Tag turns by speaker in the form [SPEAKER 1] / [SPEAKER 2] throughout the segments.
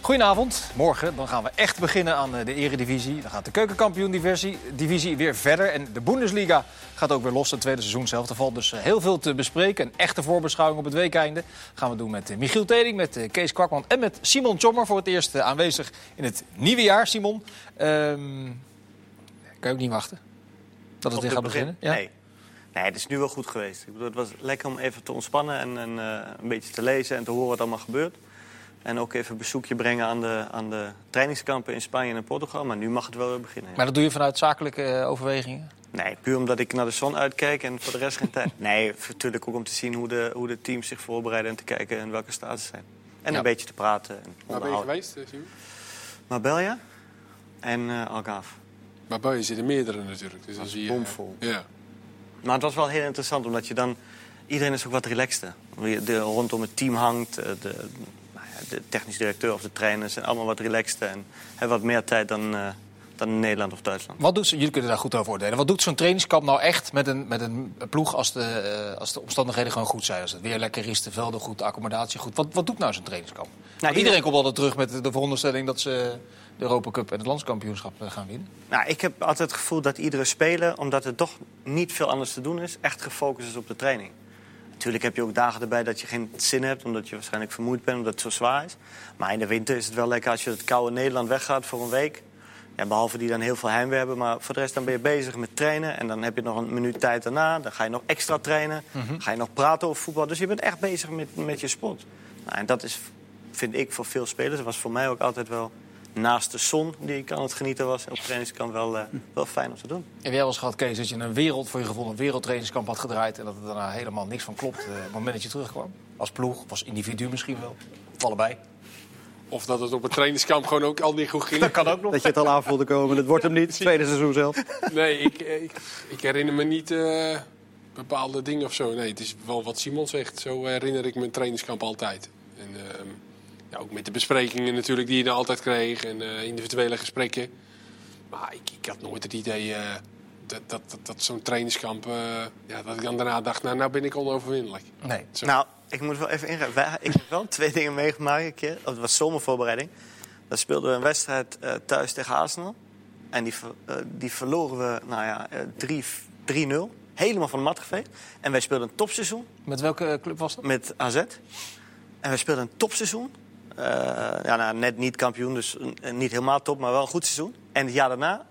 [SPEAKER 1] Goedenavond. Morgen dan gaan we echt beginnen aan eh, de eredivisie. Dan gaat de keukenkampioen-divisie divisie weer verder. En de Bundesliga gaat ook weer los. Het tweede seizoen zelf. Er valt dus eh, heel veel te bespreken. Een echte voorbeschouwing op het weekeinde. Gaan we doen met eh, Michiel Teding, met eh, Kees Kwakman en met Simon Tjommer. Voor het eerst eh, aanwezig in het nieuwe jaar. Simon, ehm, kan je ook niet wachten dat het weer
[SPEAKER 2] Op dit
[SPEAKER 1] gaat
[SPEAKER 2] begin?
[SPEAKER 1] beginnen? Ja?
[SPEAKER 2] Nee. nee, het is nu wel goed geweest. Ik bedoel, het was lekker om even te ontspannen en, en, eh, een beetje te lezen en te horen wat allemaal gebeurt. En ook even een bezoekje brengen aan de, aan de trainingskampen in Spanje en Portugal. Maar nu mag het wel weer beginnen. ja.
[SPEAKER 1] Maar dat doe je vanuit zakelijke eh, overwegingen?
[SPEAKER 2] Nee, puur omdat ik naar de zon uitkijk en voor de rest geen tijd. Nee, natuurlijk ook om te zien hoe de, hoe de teams zich voorbereiden en te kijken in welke staat ze zijn. En
[SPEAKER 1] Ja.
[SPEAKER 2] een beetje te praten en
[SPEAKER 3] Waar ben je
[SPEAKER 2] onderhouden.
[SPEAKER 3] geweest, eh, Simon?
[SPEAKER 2] Marbella en eh Algarve.
[SPEAKER 3] Maar bij je zitten meerdere natuurlijk. Dus dan
[SPEAKER 2] is
[SPEAKER 3] zie je,
[SPEAKER 2] bomvol.
[SPEAKER 3] Ja.
[SPEAKER 2] Maar het was wel heel interessant, omdat je dan... Iedereen is ook wat relaxter. Je de, rondom het team hangt, eh, de, nou ja, de technisch directeur of de trainers... zijn allemaal wat relaxter en hebben wat meer tijd dan, eh, dan in Nederland of Duitsland.
[SPEAKER 1] Wat doet, ze- jullie kunnen daar goed over oordelen. Wat doet zo'n trainingskamp nou echt met een, met een ploeg als de, eh, als de omstandigheden gewoon goed zijn? Als het weer lekker is, de velden goed, de accommodatie goed. Wat, wat doet nou zo'n trainingskamp? Want iedereen
[SPEAKER 2] ieder-
[SPEAKER 1] komt altijd terug met de, de veronderstelling dat ze de Europa Cup en het landskampioenschap eh, gaan winnen.
[SPEAKER 2] Nou, ik heb altijd het gevoel dat iedere speler, omdat er toch niet veel anders te doen is... echt gefocust is op de training. Natuurlijk heb je ook dagen erbij dat je geen zin hebt... omdat je waarschijnlijk vermoeid bent, omdat het zo zwaar is. Maar in de winter is het wel lekker als je het koude Nederland weggaat voor een week. Ja, behalve die dan heel veel heimwee hebben. Maar voor de rest dan ben je bezig met trainen. En dan heb je nog een minuut tijd daarna. Dan ga je nog extra trainen. Ga je nog praten over voetbal. Dus je bent echt bezig met, met je sport. Nou, en dat is, vind ik, voor veel spelers... dat was voor mij ook altijd wel... Naast de zon die ik aan het genieten was op trainingskamp wel, eh, wel fijn om te doen.
[SPEAKER 1] Heb jij wel eens gehad, Kees, dat je een wereld voor je gevoel een wereldtrainingskamp had gedraaid... en dat er daarna helemaal niks van klopt eh, op het moment dat je terugkwam? Als ploeg, of als individu misschien wel. Of allebei.
[SPEAKER 3] Of dat het op het trainingskamp gewoon ook al niet goed ging.
[SPEAKER 1] Kan ook nog.
[SPEAKER 4] Dat je het al aan voelde komen. Het wordt hem niet. Tweede seizoen zelf.
[SPEAKER 3] Nee, ik, eh, ik, ik herinner me niet eh, bepaalde dingen of zo. Nee, het is wel wat Simon zegt. Zo herinner ik mijn trainingskamp altijd. En, ehm, ja, ook met de besprekingen natuurlijk die je dan altijd kreeg. En eh, individuele gesprekken. Maar ik, ik had nooit het idee eh, dat, dat, dat, dat zo'n trainingskamp... eh, ja, dat ik dan daarna dacht, nou, nou ben ik onoverwinnelijk.
[SPEAKER 1] Nee.
[SPEAKER 3] Zo.
[SPEAKER 2] Nou, ik moet wel even ingaan. Wij- Ik heb wel twee dingen meegemaakt een keer. Dat was zomervoorbereiding. Daar speelden we een wedstrijd eh, thuis tegen Arsenal. En die, ver- eh, die verloren we, nou ja, eh, drie- 3-0. Helemaal van de mat geveegd. En wij speelden een topseizoen
[SPEAKER 1] Met welke eh, club was dat?
[SPEAKER 2] met AZ. En wij speelden een topseizoen. Eh, ja, nou, net niet kampioen, dus eh, niet helemaal top, maar wel een goed seizoen. En het jaar daarna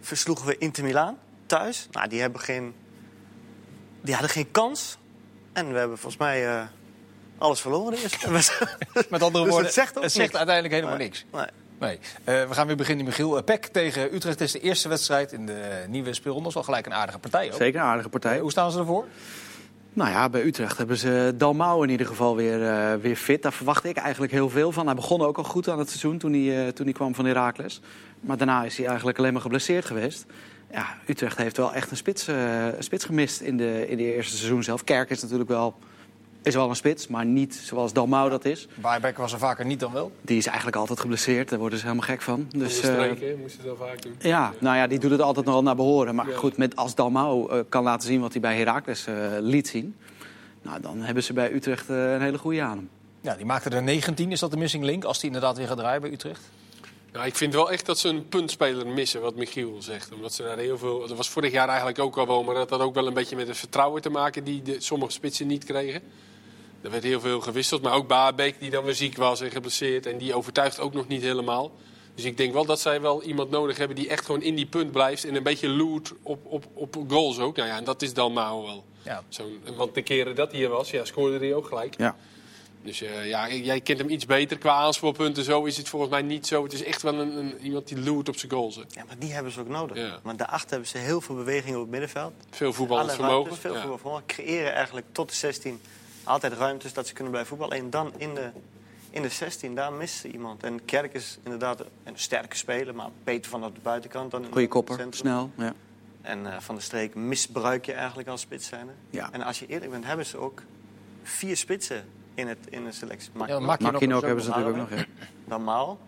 [SPEAKER 2] versloegen we Inter Milaan thuis. Nou, die, hebben geen, die hadden geen kans. En we hebben volgens mij eh, alles verloren eerst.
[SPEAKER 1] Met andere
[SPEAKER 2] Dus
[SPEAKER 1] woorden,
[SPEAKER 2] het zegt ook
[SPEAKER 1] het zegt
[SPEAKER 2] niks.
[SPEAKER 1] uiteindelijk helemaal niks.
[SPEAKER 2] Nee.
[SPEAKER 1] Nee. Eh, we gaan weer beginnen, Michiel. Eh, PEC tegen Utrecht is de eerste wedstrijd in de eh, nieuwe speelronde. Dat is wel gelijk een aardige partij ook.
[SPEAKER 4] Zeker een aardige
[SPEAKER 1] Eh,
[SPEAKER 4] partij.
[SPEAKER 1] hoe staan ze ervoor?
[SPEAKER 4] Nou ja, bij Utrecht hebben ze Dalmau in ieder geval weer, eh, weer fit. Daar verwacht ik eigenlijk heel veel van. Hij begon ook al goed aan het seizoen toen hij, eh, toen hij kwam van Heracles. Maar daarna is hij eigenlijk alleen maar geblesseerd geweest. Ja, Utrecht heeft wel echt een spits, eh, een spits gemist in de, in de eerste seizoen zelf. Kerk is natuurlijk wel, is wel een spits, maar niet zoals Dalmau dat is.
[SPEAKER 1] Baarbeck was er vaker niet dan wel.
[SPEAKER 4] Die is eigenlijk altijd geblesseerd. Daar worden ze helemaal gek van. Dus,
[SPEAKER 3] Van de
[SPEAKER 4] eh,
[SPEAKER 3] streken, moest je dat vaak doen.
[SPEAKER 4] Ja, nou ja, die doet het altijd nogal naar behoren. Maar
[SPEAKER 3] Ja.
[SPEAKER 4] goed, met als Dalmau eh, kan laten zien wat hij bij Heracles eh, liet zien... Nou, dan hebben ze bij Utrecht eh, een hele goede aan hem.
[SPEAKER 1] Ja, die maakte er 19. Is dat de missing link? Als die inderdaad weer gaat draaien bij Utrecht.
[SPEAKER 3] Nou, ik vind wel echt dat ze een puntspeler missen, wat Michiel zegt. Omdat ze daar heel veel. Dat was vorig jaar eigenlijk ook al wel, maar dat had ook wel een beetje met het vertrouwen te maken die de, sommige spitsen niet kregen. Er werd heel veel gewisseld, maar ook Baarbeek die dan weer ziek was en geblesseerd. En die overtuigt ook nog niet helemaal. Dus ik denk wel dat zij wel iemand nodig hebben die echt gewoon in die punt blijft. En een beetje loert op, op, op goals ook. Nou ja, en dat is Dalmau wel.
[SPEAKER 1] Ja.
[SPEAKER 3] Zo'n- want de keren dat hij er was, ja, scoorde hij ook gelijk.
[SPEAKER 4] Ja.
[SPEAKER 3] Dus eh, ja, jij kent hem iets beter qua aanspoorpunten. Zo is het volgens mij niet zo. Het is echt wel een, een- iemand die loert op zijn goals. hè.
[SPEAKER 2] Ja, maar die hebben ze ook nodig.
[SPEAKER 3] Ja.
[SPEAKER 2] Want daarachter hebben ze heel veel bewegingen op het middenveld.
[SPEAKER 3] Veel voetballend
[SPEAKER 2] Alle
[SPEAKER 3] vermogen.
[SPEAKER 2] ruimtes, veel
[SPEAKER 3] Ja.
[SPEAKER 2] voetbal vermogen. Creëren eigenlijk tot de 16 altijd ruimtes dat ze kunnen blijven voetballen. Alleen dan in de, in de 16, daar mist ze iemand. En Kerk is inderdaad een sterke speler, maar beter vanaf de buitenkant dan in
[SPEAKER 4] Goede
[SPEAKER 2] het
[SPEAKER 4] kopper,
[SPEAKER 2] centrum.
[SPEAKER 4] snel. Ja.
[SPEAKER 2] En eh, van de streek misbruik je eigenlijk als spits zijnde.
[SPEAKER 4] Ja.
[SPEAKER 2] En als je eerlijk bent, hebben ze ook vier spitsen in, het, in de selectie. Maar
[SPEAKER 1] Ja,
[SPEAKER 2] dan
[SPEAKER 1] Makinok
[SPEAKER 4] Marquinhos
[SPEAKER 1] is ook
[SPEAKER 4] hebben ze
[SPEAKER 1] nog
[SPEAKER 4] natuurlijk ook nog. Ja.
[SPEAKER 2] Maal.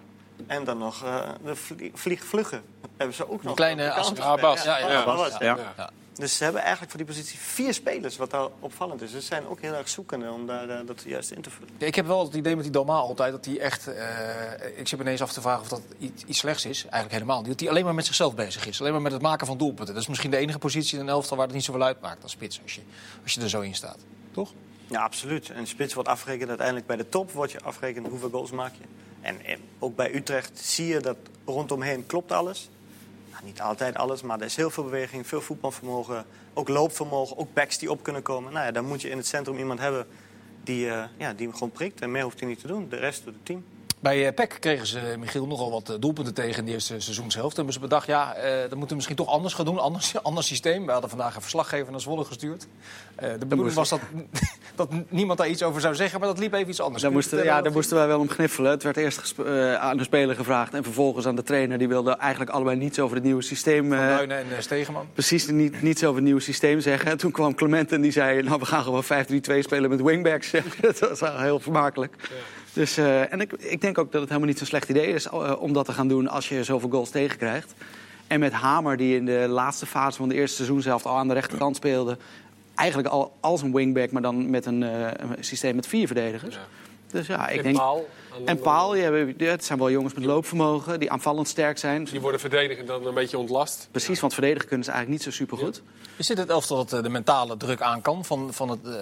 [SPEAKER 2] En dan nog eh, de vlie- vliegvluggen hebben ze ook nog.
[SPEAKER 1] kleine
[SPEAKER 2] Op de
[SPEAKER 1] as-
[SPEAKER 2] counter
[SPEAKER 3] Ah, Bas.
[SPEAKER 2] spelen.
[SPEAKER 1] Ja, ja,
[SPEAKER 2] Bas.
[SPEAKER 1] Bas,
[SPEAKER 4] Ja.
[SPEAKER 1] Ja.
[SPEAKER 2] Dus ze hebben eigenlijk voor die positie vier spelers, wat daar opvallend is. Dus ze zijn ook heel erg zoekende om daar, eh, dat juist in te vullen.
[SPEAKER 1] Ik heb wel het idee met die Dalma altijd dat hij echt. eh, ik zit me ineens af te vragen of dat iets, iets slechts is. Eigenlijk helemaal niet. Dat hij alleen maar met zichzelf bezig is. Alleen maar met het maken van doelpunten. Dat is misschien de enige positie in een elftal waar het niet zoveel uitmaakt als spits. Als je, als je er zo in staat. Toch?
[SPEAKER 2] Ja, absoluut. En spits wordt afgerekend uiteindelijk bij de top, wordt je afgerekend hoeveel goals maak je. En, en ook bij Utrecht zie je dat rondomheen klopt alles. Nou, niet altijd alles, maar er is heel veel beweging, veel voetbalvermogen, ook loopvermogen, ook backs die op kunnen komen. Nou ja, dan moet je in het centrum iemand hebben die, eh, ja, die hem gewoon prikt. En meer hoeft hij niet te doen. De rest doet het team.
[SPEAKER 1] Bij eh PEC kregen ze, eh, Michiel, nogal wat eh, doelpunten tegen in de eerste seizoenshelft. Toen hebben ze bedacht, ja, eh, dat moeten we misschien toch anders gaan doen. Anders, anders systeem. We hadden vandaag een verslaggever naar Zwolle gestuurd. Eh, de bedoeling was dat, dat niemand daar iets over zou zeggen, maar dat liep even iets anders.
[SPEAKER 4] Daar
[SPEAKER 1] Kun je
[SPEAKER 4] moesten, eh, ja,
[SPEAKER 1] vertellen
[SPEAKER 4] daar
[SPEAKER 1] wat
[SPEAKER 4] moesten wij wel om gniffelen. Het werd eerst gesp- eh, aan de speler gevraagd en vervolgens aan de trainer. Die wilde eigenlijk allebei niets over het nieuwe systeem.
[SPEAKER 1] die-
[SPEAKER 4] eh,
[SPEAKER 1] Van Duinen en eh, Stegeman.
[SPEAKER 4] precies niet, niets over het nieuwe systeem zeggen. En toen kwam Clement en die zei: Nou, we gaan gewoon 5-3-2 spelen met wingbacks. dat was wel heel vermakelijk. Dus, eh, en ik, ik denk ook dat het helemaal niet zo'n slecht idee is eh, om dat te gaan doen als je zoveel goals tegenkrijgt. En met Hamer, die in de laatste fase van de eerste seizoen zelf al aan de rechterkant speelde. Eigenlijk al als een wingback, maar dan met een, eh, een systeem met vier verdedigers.
[SPEAKER 3] Ja.
[SPEAKER 4] Dus ja, ik
[SPEAKER 3] En
[SPEAKER 4] denk.
[SPEAKER 3] Paal aan de
[SPEAKER 4] En
[SPEAKER 3] andere
[SPEAKER 4] Paal, ja, we- ja, het zijn wel jongens met loopvermogen die aanvallend sterk zijn.
[SPEAKER 3] Die worden verdedigend dan een beetje ontlast.
[SPEAKER 4] Precies, want verdedigen kunnen ze eigenlijk niet zo supergoed.
[SPEAKER 1] Is dit het elftal dat eh, de mentale druk aan kan van, van het eh,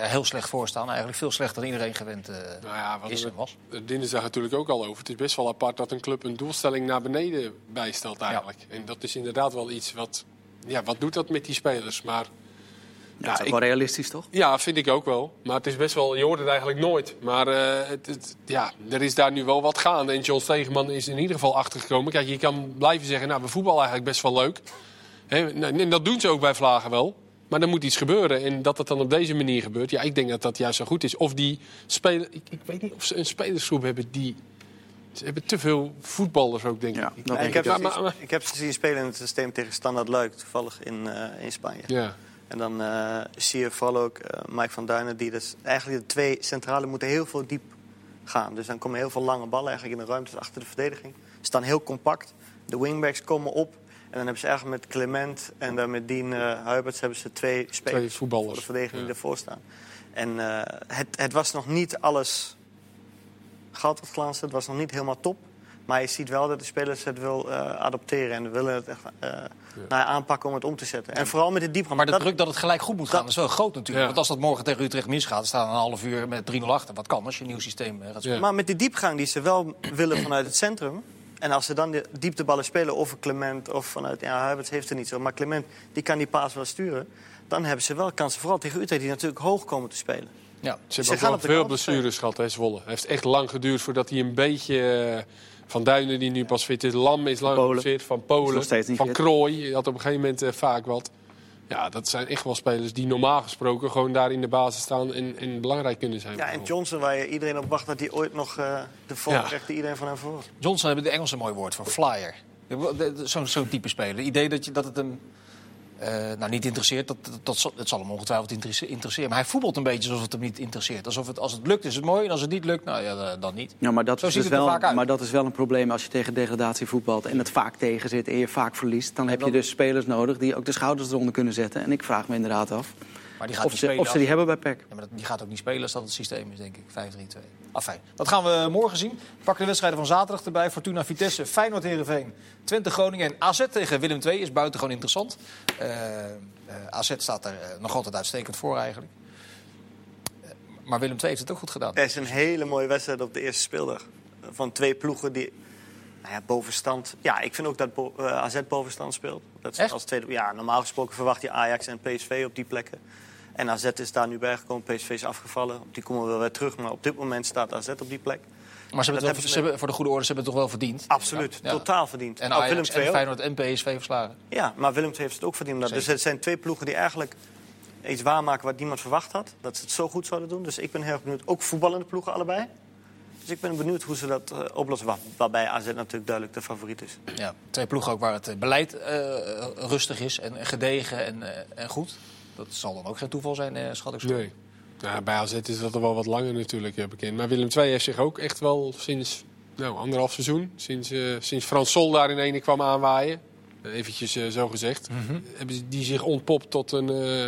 [SPEAKER 1] er heel slecht voorstaan? Eigenlijk veel slechter dan iedereen gewend eh,
[SPEAKER 3] Nou ja, wat
[SPEAKER 1] is en was.
[SPEAKER 3] De dinsdag natuurlijk ook al over. Het is best wel apart dat een club een doelstelling naar beneden bijstelt eigenlijk. En dat is inderdaad wel iets wat... Ja, wat doet dat met die spelers? Maar
[SPEAKER 4] Ja, dat is ook
[SPEAKER 3] ik-
[SPEAKER 4] wel realistisch, toch?
[SPEAKER 3] ja, vind ik ook wel. Maar het is best wel... Je hoort het eigenlijk nooit. Maar eh, het, het- ja, er is daar nu wel wat gaande. En John Stegeman is in ieder geval achtergekomen. Kijk, je kan blijven zeggen, nou, we voetballen eigenlijk best wel leuk. Hè, nou, en dat doen ze ook bij Vlagen wel. Maar er moet iets gebeuren. En dat dat dan op deze manier gebeurt, ja, ik denk dat dat juist zo goed is. Of die speler... Ik, ik weet niet of ze een spelersgroep hebben die... Ze hebben te veel voetballers ook, denk ik.
[SPEAKER 4] Ja, dat
[SPEAKER 2] Ja,
[SPEAKER 4] denk
[SPEAKER 2] ik, heb
[SPEAKER 3] ik
[SPEAKER 2] ze
[SPEAKER 3] ook.
[SPEAKER 2] zien-
[SPEAKER 3] Maar- maar-
[SPEAKER 2] ik heb ze zien spelen in het systeem tegen Standard Luik, toevallig in, eh, in Spanje.
[SPEAKER 3] Ja.
[SPEAKER 2] En dan eh, zie je vooral ook eh, Mike van Duinen, die dus eigenlijk de twee centralen moeten heel veel diep gaan. Dus dan komen heel veel lange ballen eigenlijk in de ruimtes achter de verdediging. Ze staan heel compact, de wingbacks komen op. En dan hebben ze eigenlijk met Clement en dan met Dean eh, Huiberts hebben ze twee spelers
[SPEAKER 3] Twee voetballers,
[SPEAKER 2] voor de verdediging
[SPEAKER 3] ja.
[SPEAKER 2] die ervoor staan. En eh, het, het was nog niet alles goud dat glanste, het was nog niet helemaal top. Maar je ziet wel dat de spelers het wil eh, adopteren en willen het echt eh, naar aanpakken om het om te zetten. En vooral met de diepgang.
[SPEAKER 1] Maar de
[SPEAKER 2] Dat-
[SPEAKER 1] druk dat het gelijk goed moet gaan is wel groot natuurlijk.
[SPEAKER 3] Ja.
[SPEAKER 1] Want als dat morgen tegen Utrecht misgaat, dan staan we een half uur met 3-0 achter. Wat kan als je een nieuw systeem eh, gaat spelen?
[SPEAKER 3] Ja.
[SPEAKER 2] Maar met die diepgang die ze wel willen vanuit het centrum. En als ze dan de diepteballen spelen, of een Clement of vanuit. Ja, Huiberts heeft er niet zo. Maar Clement die kan die paas wel sturen. Dan hebben ze wel kansen. Vooral tegen Utrecht, die natuurlijk hoog komen te spelen.
[SPEAKER 1] Ja.
[SPEAKER 3] Ze
[SPEAKER 2] Ze
[SPEAKER 3] hebben
[SPEAKER 2] gaan
[SPEAKER 3] ook
[SPEAKER 2] op de
[SPEAKER 3] wel veel
[SPEAKER 2] kant
[SPEAKER 3] blessures gehad, hè, Zwolle. Het heeft echt lang geduurd voordat hij een beetje... eh, Van Duinen, die nu pas fit is. Lam is lang
[SPEAKER 4] Polen.
[SPEAKER 3] geblesseerd. Van
[SPEAKER 4] Is
[SPEAKER 3] Polen.
[SPEAKER 4] nog steeds niet
[SPEAKER 3] Van
[SPEAKER 4] fit.
[SPEAKER 3] Krooi. Je had op een gegeven moment eh, vaak wat. Ja, dat zijn echt wel spelers die normaal gesproken gewoon daar in de basis staan en, en belangrijk kunnen zijn.
[SPEAKER 2] Ja, en Johnson, waar je iedereen op wacht dat hij ooit nog eh, de vorm
[SPEAKER 3] Ja.
[SPEAKER 2] krijgt die iedereen van hem voor.
[SPEAKER 1] Johnson hebben de Engelse een mooi woord voor, flyer. Zo'n zo'n type speler. Het idee dat, je, dat het hem eh, nou, niet interesseert, dat, dat, dat zal, het zal hem ongetwijfeld interesse- interesseren. Maar hij voetbalt een beetje alsof het hem niet interesseert. Alsof het, als het lukt is het mooi en als het niet lukt, nou ja, eh, dan niet.
[SPEAKER 4] Ja, maar dat,
[SPEAKER 1] Zo
[SPEAKER 4] is
[SPEAKER 1] ziet
[SPEAKER 4] dus
[SPEAKER 1] het er
[SPEAKER 4] wel,
[SPEAKER 1] vaak uit.
[SPEAKER 4] maar dat is wel een probleem als je tegen degradatie voetbalt en het vaak tegen zit en je vaak verliest. Dan heb
[SPEAKER 1] dan-
[SPEAKER 4] je dus spelers nodig die ook de schouders eronder kunnen zetten. En ik vraag me inderdaad af
[SPEAKER 1] Maar die gaat
[SPEAKER 4] of
[SPEAKER 1] niet
[SPEAKER 4] ze,
[SPEAKER 1] spelen.
[SPEAKER 4] of ze die hebben bij PEC.
[SPEAKER 1] Ja, maar dat- die gaat ook niet spelen als dat het systeem is, denk ik. 5-3-2. Afijn, Ah, dat gaan we eh, morgen zien. We pakken de wedstrijden van zaterdag erbij. Fortuna Vitesse, Feyenoord Heerenveen, Twente Groningen en AZ tegen Willem II is buitengewoon interessant. Eh, eh, AZ staat er eh, nog altijd uitstekend voor eigenlijk. Eh, maar Willem II heeft het ook goed gedaan.
[SPEAKER 2] Het is een hele mooie wedstrijd op de eerste speeldag. Van twee ploegen die nou ja, bovenstand. Ja, ik vind ook dat bo- eh, AZ bovenstand speelt. Dat is
[SPEAKER 1] Echt?
[SPEAKER 2] Als tweede, ja, normaal gesproken verwacht je Ajax en PSV op die plekken. En AZ is daar nu bijgekomen. PSV is afgevallen. Op die komen we wel weer terug. Maar op dit moment staat AZ op die
[SPEAKER 1] Maar
[SPEAKER 2] plek.
[SPEAKER 1] ze hebben, het wel-
[SPEAKER 2] hebben ze
[SPEAKER 1] ze hebben- voor de goede orde, ze hebben het toch wel verdiend?
[SPEAKER 2] Absoluut.
[SPEAKER 1] Ja.
[SPEAKER 2] Totaal verdiend.
[SPEAKER 1] En
[SPEAKER 2] Ook
[SPEAKER 1] Ajax
[SPEAKER 2] Willem II
[SPEAKER 1] en
[SPEAKER 2] ook.
[SPEAKER 1] Feyenoord en PSV verslagen.
[SPEAKER 2] Ja, maar Willem II heeft het ook verdiend. omdat- Dus
[SPEAKER 1] Zeker.
[SPEAKER 2] het zijn twee ploegen die eigenlijk iets waarmaken wat niemand verwacht had. Dat ze het zo goed zouden doen. Dus ik ben heel erg benieuwd. Ook voetballende ploegen allebei. Dus ik ben benieuwd hoe ze dat eh, oplossen. Waar- waarbij AZ natuurlijk duidelijk de favoriet is.
[SPEAKER 1] Ja, twee ploegen ook waar het eh, beleid eh, rustig is en en gedegen en, eh, en goed. Dat zal dan ook geen toeval zijn, eh, schat ik zo.
[SPEAKER 3] Nee. Nou, bij AZ is dat al wel wat langer natuurlijk eh, bekend. Maar Willem II heeft zich ook echt wel sinds nou, anderhalf seizoen... sinds, eh, sinds Frans Sol daar in ene kwam aanwaaien... eventjes eh, zo gezegd.
[SPEAKER 1] Mhm.
[SPEAKER 3] Hebben ze- die zich ontpopt tot een, eh,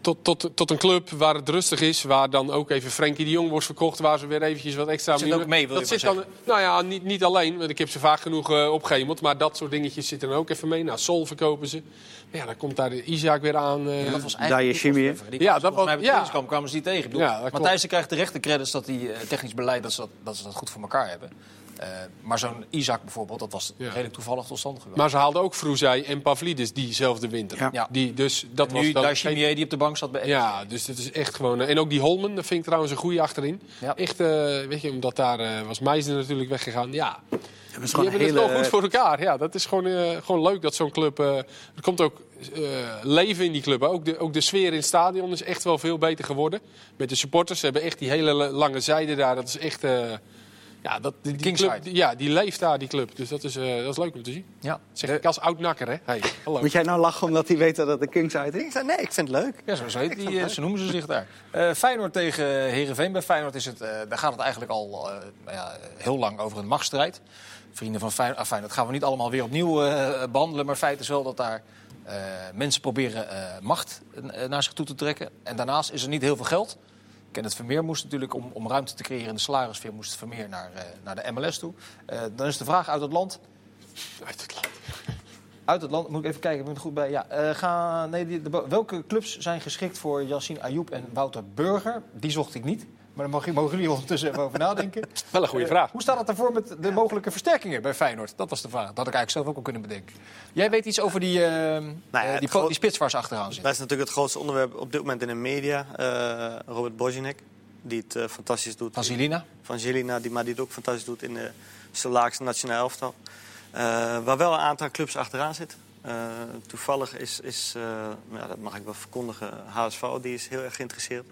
[SPEAKER 3] tot, tot, tot een club waar het rustig is. Waar dan ook even Frenkie de Jong wordt verkocht. Waar ze weer eventjes wat extra...
[SPEAKER 1] Zit ook
[SPEAKER 3] miljoenen-
[SPEAKER 1] mee, wil
[SPEAKER 3] dat
[SPEAKER 1] je maar
[SPEAKER 3] zit dan, Nou ja, niet, niet alleen. Want ik heb ze vaak genoeg eh, opgehemeld. Maar dat soort dingetjes zitten er ook even mee. Nou, Sol verkopen ze. Maar ja, dan komt daar de Isaac weer aan. eh,
[SPEAKER 1] Dat was
[SPEAKER 4] Daar je
[SPEAKER 1] eigenlijk
[SPEAKER 4] Jimmy, hè?
[SPEAKER 3] Ja,
[SPEAKER 1] Ja,
[SPEAKER 3] dat
[SPEAKER 1] dat was
[SPEAKER 3] was-
[SPEAKER 1] mij bij
[SPEAKER 3] ja.
[SPEAKER 1] trainingskamp kwamen ze niet tegen. Ik bedoel,
[SPEAKER 3] Ja, dat klopt.
[SPEAKER 1] Matthijs die krijgt terecht de credits dat die eh, technisch beleid dat ze dat, dat ze dat goed voor elkaar hebben. Eh, maar zo'n Isaac bijvoorbeeld, dat was
[SPEAKER 3] Ja.
[SPEAKER 1] redelijk toevallig tot stand gekomen.
[SPEAKER 3] Maar ze haalden ook Vroezij en Pavlidis diezelfde winter.
[SPEAKER 4] Ja.
[SPEAKER 1] Ja.
[SPEAKER 3] Die, dus dat
[SPEAKER 1] nu
[SPEAKER 3] was dan
[SPEAKER 1] daar Chimier die op de bank zat bij Ajax.
[SPEAKER 3] Ja, dus dit is echt gewoon. eh, En ook die Holmen, dat vind ik trouwens een goede achterin.
[SPEAKER 1] Ja.
[SPEAKER 3] Echt, eh, weet je, omdat daar eh, was Meijzer natuurlijk weggegaan. Ja,
[SPEAKER 4] Dat is
[SPEAKER 3] die hebben
[SPEAKER 4] gewoon een
[SPEAKER 1] dus
[SPEAKER 3] het wel
[SPEAKER 4] hele...
[SPEAKER 3] goed voor elkaar. Ja, dat is gewoon, eh, gewoon leuk dat zo'n club. eh, er komt ook eh, leven in die club. hè. Ook de, ook de sfeer in het stadion is echt wel veel beter geworden. Met de supporters. Ze hebben echt die hele le- lange zijde daar. Dat is echt. eh, ja, dat, die, die
[SPEAKER 1] Kingside.
[SPEAKER 3] club, die- ja, die leeft daar, die club. Dus dat is, eh, dat is leuk om te zien.
[SPEAKER 1] Ja.
[SPEAKER 3] Zeg ik als oud-nakker, hè? Hey, hallo.
[SPEAKER 4] Moet jij nou lachen omdat hij weet dat het de Kings uit is?
[SPEAKER 2] Ik zei, nee, ik vind het leuk.
[SPEAKER 1] Ja, zo, zo, heet die, eh, zo noemen ze zich daar. Eh, Feyenoord tegen Herenveen. Bij Feyenoord is het, eh, daar gaat het eigenlijk al eh, nou ja, heel lang over een machtsstrijd. Vrienden van Feyenoord, ah, Feyenoord gaan we niet allemaal weer opnieuw eh, behandelen. Maar feit is wel dat daar eh, mensen proberen eh, macht eh, naar zich toe te trekken. En daarnaast is er niet heel veel geld. Kenneth Vermeer moest natuurlijk om, om ruimte te creëren in de salarisfeer... moest Vermeer naar, eh, naar de MLS toe. Eh, dan is de vraag uit het land...
[SPEAKER 3] Uit het
[SPEAKER 1] Uit het land, moet ik even kijken, ik ben er goed bij. Ja, eh, ga, nee, die- de, bo- welke clubs zijn geschikt voor Yassine Ayoub en Wouter Burger? Die zocht ik niet, maar daar mogen, mogen jullie ondertussen even over nadenken.
[SPEAKER 3] Wel een goede
[SPEAKER 1] Eh,
[SPEAKER 3] vraag.
[SPEAKER 1] Hoe staat het ervoor met de mogelijke versterkingen bij Feyenoord? Dat was de vraag. Dat had ik eigenlijk zelf ook al kunnen bedenken. Jij weet iets over die, eh, eh,
[SPEAKER 2] Nou het
[SPEAKER 1] die, po-
[SPEAKER 2] gro-
[SPEAKER 1] die spits waar ze achteraan zit.
[SPEAKER 2] Dat is natuurlijk het grootste onderwerp op dit moment in de media. Eh, Robert Bozinek, die het eh, fantastisch doet.
[SPEAKER 1] Van Zilina.
[SPEAKER 2] van Jelina, nou, die, maar die het ook fantastisch doet in de Slovaakse nationale elftal. Eh, waar wel een aantal clubs achteraan zitten. Eh, toevallig is, is eh, ja, dat mag ik wel verkondigen, HSV die is heel erg geïnteresseerd.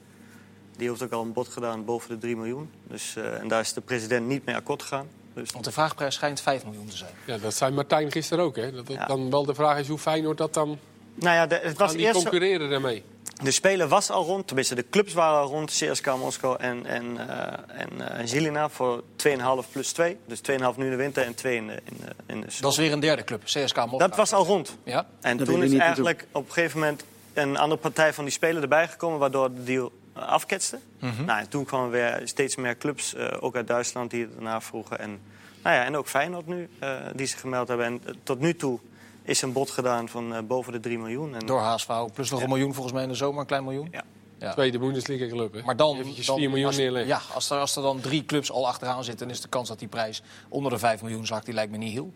[SPEAKER 2] Die heeft ook al een bod gedaan boven de 3 miljoen. Dus, eh, en daar is de president niet mee akkoord gegaan. Dus
[SPEAKER 1] Want de vraagprijs schijnt 5 miljoen te zijn.
[SPEAKER 3] Ja, dat zei Martijn gisteren ook. Hè? Dat, dat
[SPEAKER 2] Ja.
[SPEAKER 3] dan wel de vraag is hoe Feyenoord dat dan...
[SPEAKER 2] nou ja, de, het was
[SPEAKER 3] Gaan die
[SPEAKER 2] eerst zo-
[SPEAKER 3] concurreren daarmee?
[SPEAKER 2] De speler was al rond, tenminste de clubs waren al rond. CSKA Moskou en, en, eh, en eh, Žilina voor 2,5 plus 2. Dus 2,5 nu in de winter en 2 in de, in de, in de zomer.
[SPEAKER 1] Dat is weer een derde club, CSK Moskou.
[SPEAKER 2] Dat was al rond.
[SPEAKER 1] Ja?
[SPEAKER 2] En toen
[SPEAKER 4] Dat wil je
[SPEAKER 2] is
[SPEAKER 4] niet
[SPEAKER 2] eigenlijk op een gegeven moment een andere partij van die speler erbij gekomen, waardoor de deal eh, afketste. nou, en toen kwamen weer steeds meer clubs, eh, ook uit Duitsland, die het daarna vroegen. En, nou ja, en ook Feyenoord nu, eh, die zich gemeld hebben. En eh, tot nu toe is een bod gedaan van eh, boven de 3 miljoen. En,
[SPEAKER 1] Door HSV, plus nog een miljoen volgens mij in de zomer, een klein miljoen.
[SPEAKER 2] Ja.
[SPEAKER 1] Ja.
[SPEAKER 3] Tweede Bundesliga club, hè?
[SPEAKER 1] Maar dan,
[SPEAKER 3] Eventjes
[SPEAKER 1] dan
[SPEAKER 3] 4 miljoen
[SPEAKER 1] als,
[SPEAKER 3] neerleggen.
[SPEAKER 1] Ja, als er, als er dan drie clubs al achteraan zitten, dan is de kans dat die prijs onder de 5 miljoen zakt, die lijkt me niet heel.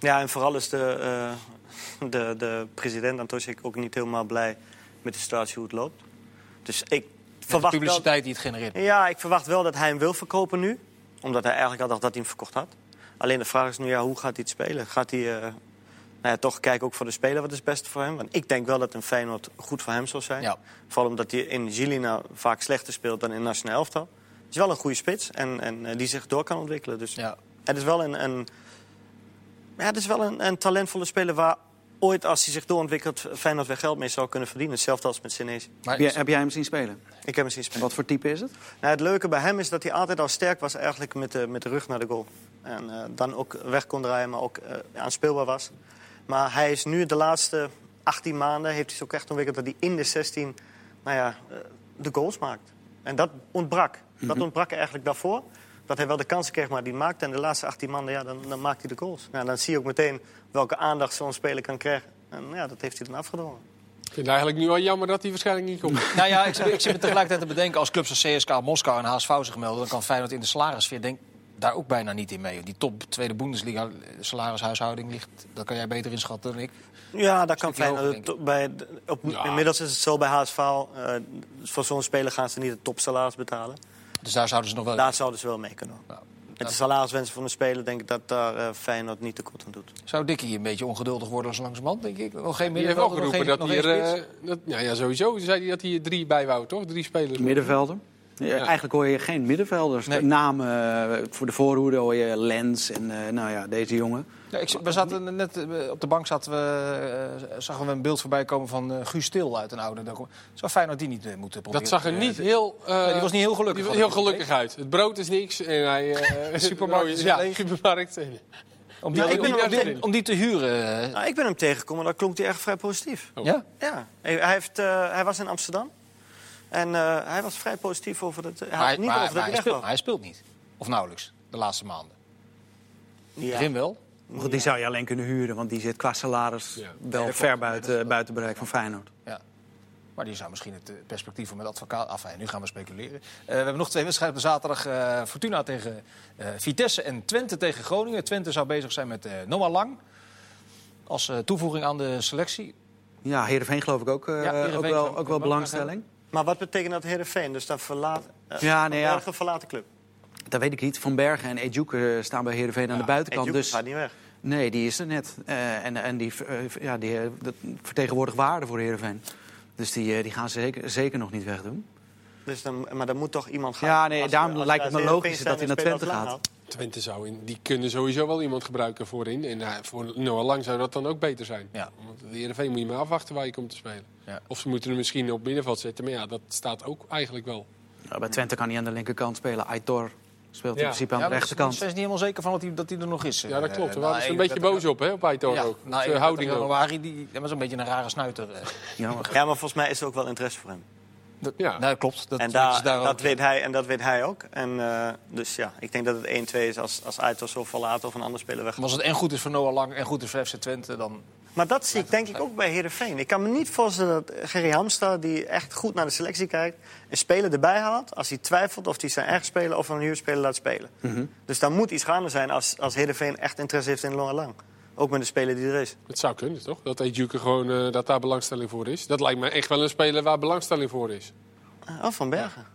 [SPEAKER 2] Ja, en vooral is de, eh, de, de president Antosik ook niet helemaal blij met de situatie hoe het loopt. Dus ik
[SPEAKER 1] de
[SPEAKER 2] verwacht wel...
[SPEAKER 1] publiciteit die het genereert.
[SPEAKER 2] Ja, ik verwacht wel dat hij hem wil verkopen nu. Omdat hij eigenlijk al dacht dat hij hem verkocht had. Alleen de vraag is nu, ja, hoe gaat hij het spelen? Gaat hij eh, nou ja, toch kijken ook voor de speler wat is het beste voor hem? Want ik denk wel dat een Feyenoord goed voor hem zal zijn.
[SPEAKER 1] Ja.
[SPEAKER 2] Vooral omdat hij in Gilina vaak slechter speelt dan in Nationaal Elftal. Het is wel een goede spits en, en eh, die zich door kan ontwikkelen. Dus
[SPEAKER 1] Ja.
[SPEAKER 2] het is wel een, een, ja, het is wel een, een talentvolle speler waar ooit, als hij zich doorontwikkelt, Feyenoord weer geld mee zou kunnen verdienen. Hetzelfde als met Sinees.
[SPEAKER 1] Maar
[SPEAKER 4] Heb jij, heb jij hem zien spelen?
[SPEAKER 2] Ik heb hem zien spelen.
[SPEAKER 4] En wat voor type is het?
[SPEAKER 2] Nou, het leuke bij hem is dat hij altijd al sterk was eigenlijk met de, met de rug naar de goal. En eh, dan ook weg kon draaien, maar ook eh, aanspeelbaar was. Maar hij is nu de laatste 18 maanden, heeft hij zich ook echt ontwikkeld... dat hij in de 16 nou ja, eh, de goals maakt. En dat ontbrak. Dat ontbrak eigenlijk daarvoor. Dat hij wel de kansen kreeg, maar die maakte. En de laatste 18 maanden, ja, dan, dan maakt hij de goals. Nou, dan zie je ook meteen welke aandacht zo'n speler kan krijgen. En ja, dat heeft hij dan afgedwongen.
[SPEAKER 3] Ik vind het eigenlijk nu wel jammer dat hij waarschijnlijk niet komt.
[SPEAKER 1] Nou ja, ik, zit- ik zit me tegelijkertijd te bedenken, als clubs als CSK Moskou en HSV zich melden, dan kan Feyenoord in de salarissfeer denk daar ook bijna niet in mee. Die top tweede Bundesliga eh, salarishuishouding ligt, dat kan jij beter inschatten dan ik.
[SPEAKER 2] Ja, dat kan
[SPEAKER 1] Stukje hoger,
[SPEAKER 2] Feyenoord.
[SPEAKER 1] denk ik.
[SPEAKER 2] To- Bij, de- op,
[SPEAKER 3] Ja.
[SPEAKER 2] Inmiddels is het zo bij HSV. eh, voor zo'n speler gaan ze niet het topsalaris betalen.
[SPEAKER 1] Dus daar zouden ze nog wel...
[SPEAKER 2] Daar zouden ze wel mee kunnen.
[SPEAKER 1] Nou,
[SPEAKER 2] Met de salariswensen van een speler denk ik dat daar eh, Feyenoord niet tekort aan doet.
[SPEAKER 1] zou Dikkie een beetje ongeduldig worden als langzamerhand, denk ik? Nog geen
[SPEAKER 3] Die heeft wel
[SPEAKER 1] middenvelder, nog geen,
[SPEAKER 3] geroepen dat
[SPEAKER 1] nog
[SPEAKER 3] hij er...
[SPEAKER 1] geen spits?
[SPEAKER 3] eh, dat, nou ja, sowieso zei hij dat hij er drie bij wou, toch? Drie spelers.
[SPEAKER 4] Middenvelder. Ja, Eigenlijk hoor je geen middenvelders.
[SPEAKER 1] Nee.
[SPEAKER 4] De Namen eh, voor de voorhoede hoor je Lens en eh, nou ja, deze jongen.
[SPEAKER 1] Ja, ik, we zaten net eh, op de bank zaten we, eh, zagen we een beeld voorbij komen van eh, Guus Stil uit een oude document. Zou Feyenoord die niet eh, moeten proberen?
[SPEAKER 3] Dat zag er niet heel... eh,
[SPEAKER 1] Nee, die was niet heel gelukkig,
[SPEAKER 3] die
[SPEAKER 1] had ik
[SPEAKER 3] was heel gelukkig uit. Het brood is niks en hij... eh,
[SPEAKER 1] Supermarkt is
[SPEAKER 3] ja,
[SPEAKER 1] leeg.
[SPEAKER 3] supermarkt. En-
[SPEAKER 1] Om die,
[SPEAKER 3] Ja,
[SPEAKER 1] ik
[SPEAKER 3] die-
[SPEAKER 1] ben, om,
[SPEAKER 3] die-
[SPEAKER 1] die, om die te huren. eh,
[SPEAKER 2] Nou, ik ben hem tegengekomen, daar klonk hij echt vrij positief.
[SPEAKER 3] Oh.
[SPEAKER 1] Ja?
[SPEAKER 2] Ja, hij, hij heeft, eh, hij was in Amsterdam. En eh, hij was vrij positief over het... Hij had
[SPEAKER 1] Maar,
[SPEAKER 2] niet
[SPEAKER 1] maar- maar
[SPEAKER 2] over dat
[SPEAKER 1] hij
[SPEAKER 2] hij
[SPEAKER 1] speelt, maar
[SPEAKER 2] weg
[SPEAKER 1] hij speelt niet. Of nauwelijks, de laatste maanden.
[SPEAKER 2] was. Ja.
[SPEAKER 1] Begin wel.
[SPEAKER 4] Maar goed, die zou je alleen kunnen huren, want die zit qua salaris
[SPEAKER 3] Ja.
[SPEAKER 4] wel ver buiten, buiten bereik van Feyenoord.
[SPEAKER 1] Ja. Maar die zou misschien het eh, perspectief om met advocaat... Enfin, nu gaan we speculeren. Eh, we hebben nog twee wedstrijden op de zaterdag. eh, Fortuna tegen eh, Vitesse en Twente tegen Groningen. Twente zou bezig zijn met eh, Noah Lang. Als eh, toevoeging aan de selectie.
[SPEAKER 4] Ja, Heerenveen geloof ik ook, eh,
[SPEAKER 1] Heerenveen
[SPEAKER 4] ook
[SPEAKER 1] zou
[SPEAKER 4] wel,
[SPEAKER 1] ik
[SPEAKER 4] ook
[SPEAKER 1] wel
[SPEAKER 4] wel belangstelling.
[SPEAKER 2] Maar wat betekent dat Heerenveen? Dus dan verlaat... eh,
[SPEAKER 4] Ja, nee,
[SPEAKER 2] een
[SPEAKER 4] ja.
[SPEAKER 2] erg verlaten club.
[SPEAKER 4] Dat weet ik niet. Van Bergen en Ejuke staan bij Heerenveen aan de buitenkant.
[SPEAKER 2] Edjoek
[SPEAKER 4] Dus
[SPEAKER 2] gaat niet weg.
[SPEAKER 4] nee, die is er net. Eh, en en die, eh, ja, die eh, dat vertegenwoordigt waarde voor Heerenveen. Dus die, eh, die gaan ze zeker, zeker nog niet wegdoen.
[SPEAKER 2] Dus dan, maar dan moet toch iemand gaan.
[SPEAKER 4] Ja, nee, daarom
[SPEAKER 2] je-
[SPEAKER 4] lijkt
[SPEAKER 2] je
[SPEAKER 4] het me
[SPEAKER 2] als
[SPEAKER 4] logischer
[SPEAKER 2] Heerenveen
[SPEAKER 4] dat hij naar
[SPEAKER 2] speelt als
[SPEAKER 4] Twente
[SPEAKER 2] Laan
[SPEAKER 4] gaat.
[SPEAKER 3] Twente zou in, die kunnen sowieso wel iemand gebruiken voorin. En eh, voor Noah Lang zou dat dan ook beter zijn.
[SPEAKER 1] Ja.
[SPEAKER 3] Want de Heerenveen moet je maar afwachten waar je komt te spelen.
[SPEAKER 1] Ja.
[SPEAKER 3] Of ze moeten hem misschien op middenveld zetten. Maar ja, dat staat ook eigenlijk wel.
[SPEAKER 4] Nou, bij Twente kan hij aan de linkerkant spelen. Aitor speelt
[SPEAKER 3] Ja.
[SPEAKER 4] in principe aan
[SPEAKER 1] Ja,
[SPEAKER 4] de
[SPEAKER 1] maar
[SPEAKER 4] rechterkant.
[SPEAKER 1] Ze zijn niet helemaal zeker van dat hij, dat hij er nog is. Eh,
[SPEAKER 3] Ja, dat klopt.
[SPEAKER 1] We
[SPEAKER 3] Daar waren ze een beetje boos op, hè, op Aitor
[SPEAKER 1] nou, Ja,
[SPEAKER 3] ook.
[SPEAKER 1] na
[SPEAKER 3] Zijn houding
[SPEAKER 1] 31
[SPEAKER 3] ook.
[SPEAKER 1] januari, die, dat was een beetje een rare snuiter. eh.
[SPEAKER 4] Ja, maar-
[SPEAKER 2] Ja, maar volgens mij is er ook wel interesse voor hem.
[SPEAKER 3] Ja.
[SPEAKER 1] Nou, dat klopt. Dat
[SPEAKER 2] en
[SPEAKER 1] weten
[SPEAKER 2] daar,
[SPEAKER 1] ze daar
[SPEAKER 2] dat
[SPEAKER 1] ook.
[SPEAKER 2] weet hij, en dat weet hij ook. En, eh, dus ja, ik denk dat het 1-2 is als, als Aitor zo verlaat of een ander speler weg.
[SPEAKER 1] Als het en goed is voor Noah Lang en goed is voor FC Twente, dan...
[SPEAKER 2] Maar dat zie ik denk ik ook bij Heerenveen. Ik kan me niet voorstellen dat Gerry Hamstra, die echt goed naar de selectie kijkt... een speler erbij haalt als hij twijfelt of hij zijn eigen speler of een huurspeler laat spelen.
[SPEAKER 4] Mhm.
[SPEAKER 2] Dus daar moet iets gaande zijn als, als Heerenveen echt interesse heeft in Lange Lang. Ook met de speler die er is.
[SPEAKER 3] Het zou kunnen, toch? Dat Ejuke gewoon eh, dat daar belangstelling voor is. Dat lijkt me echt wel een speler waar belangstelling voor is.
[SPEAKER 2] Oh, Van Bergen.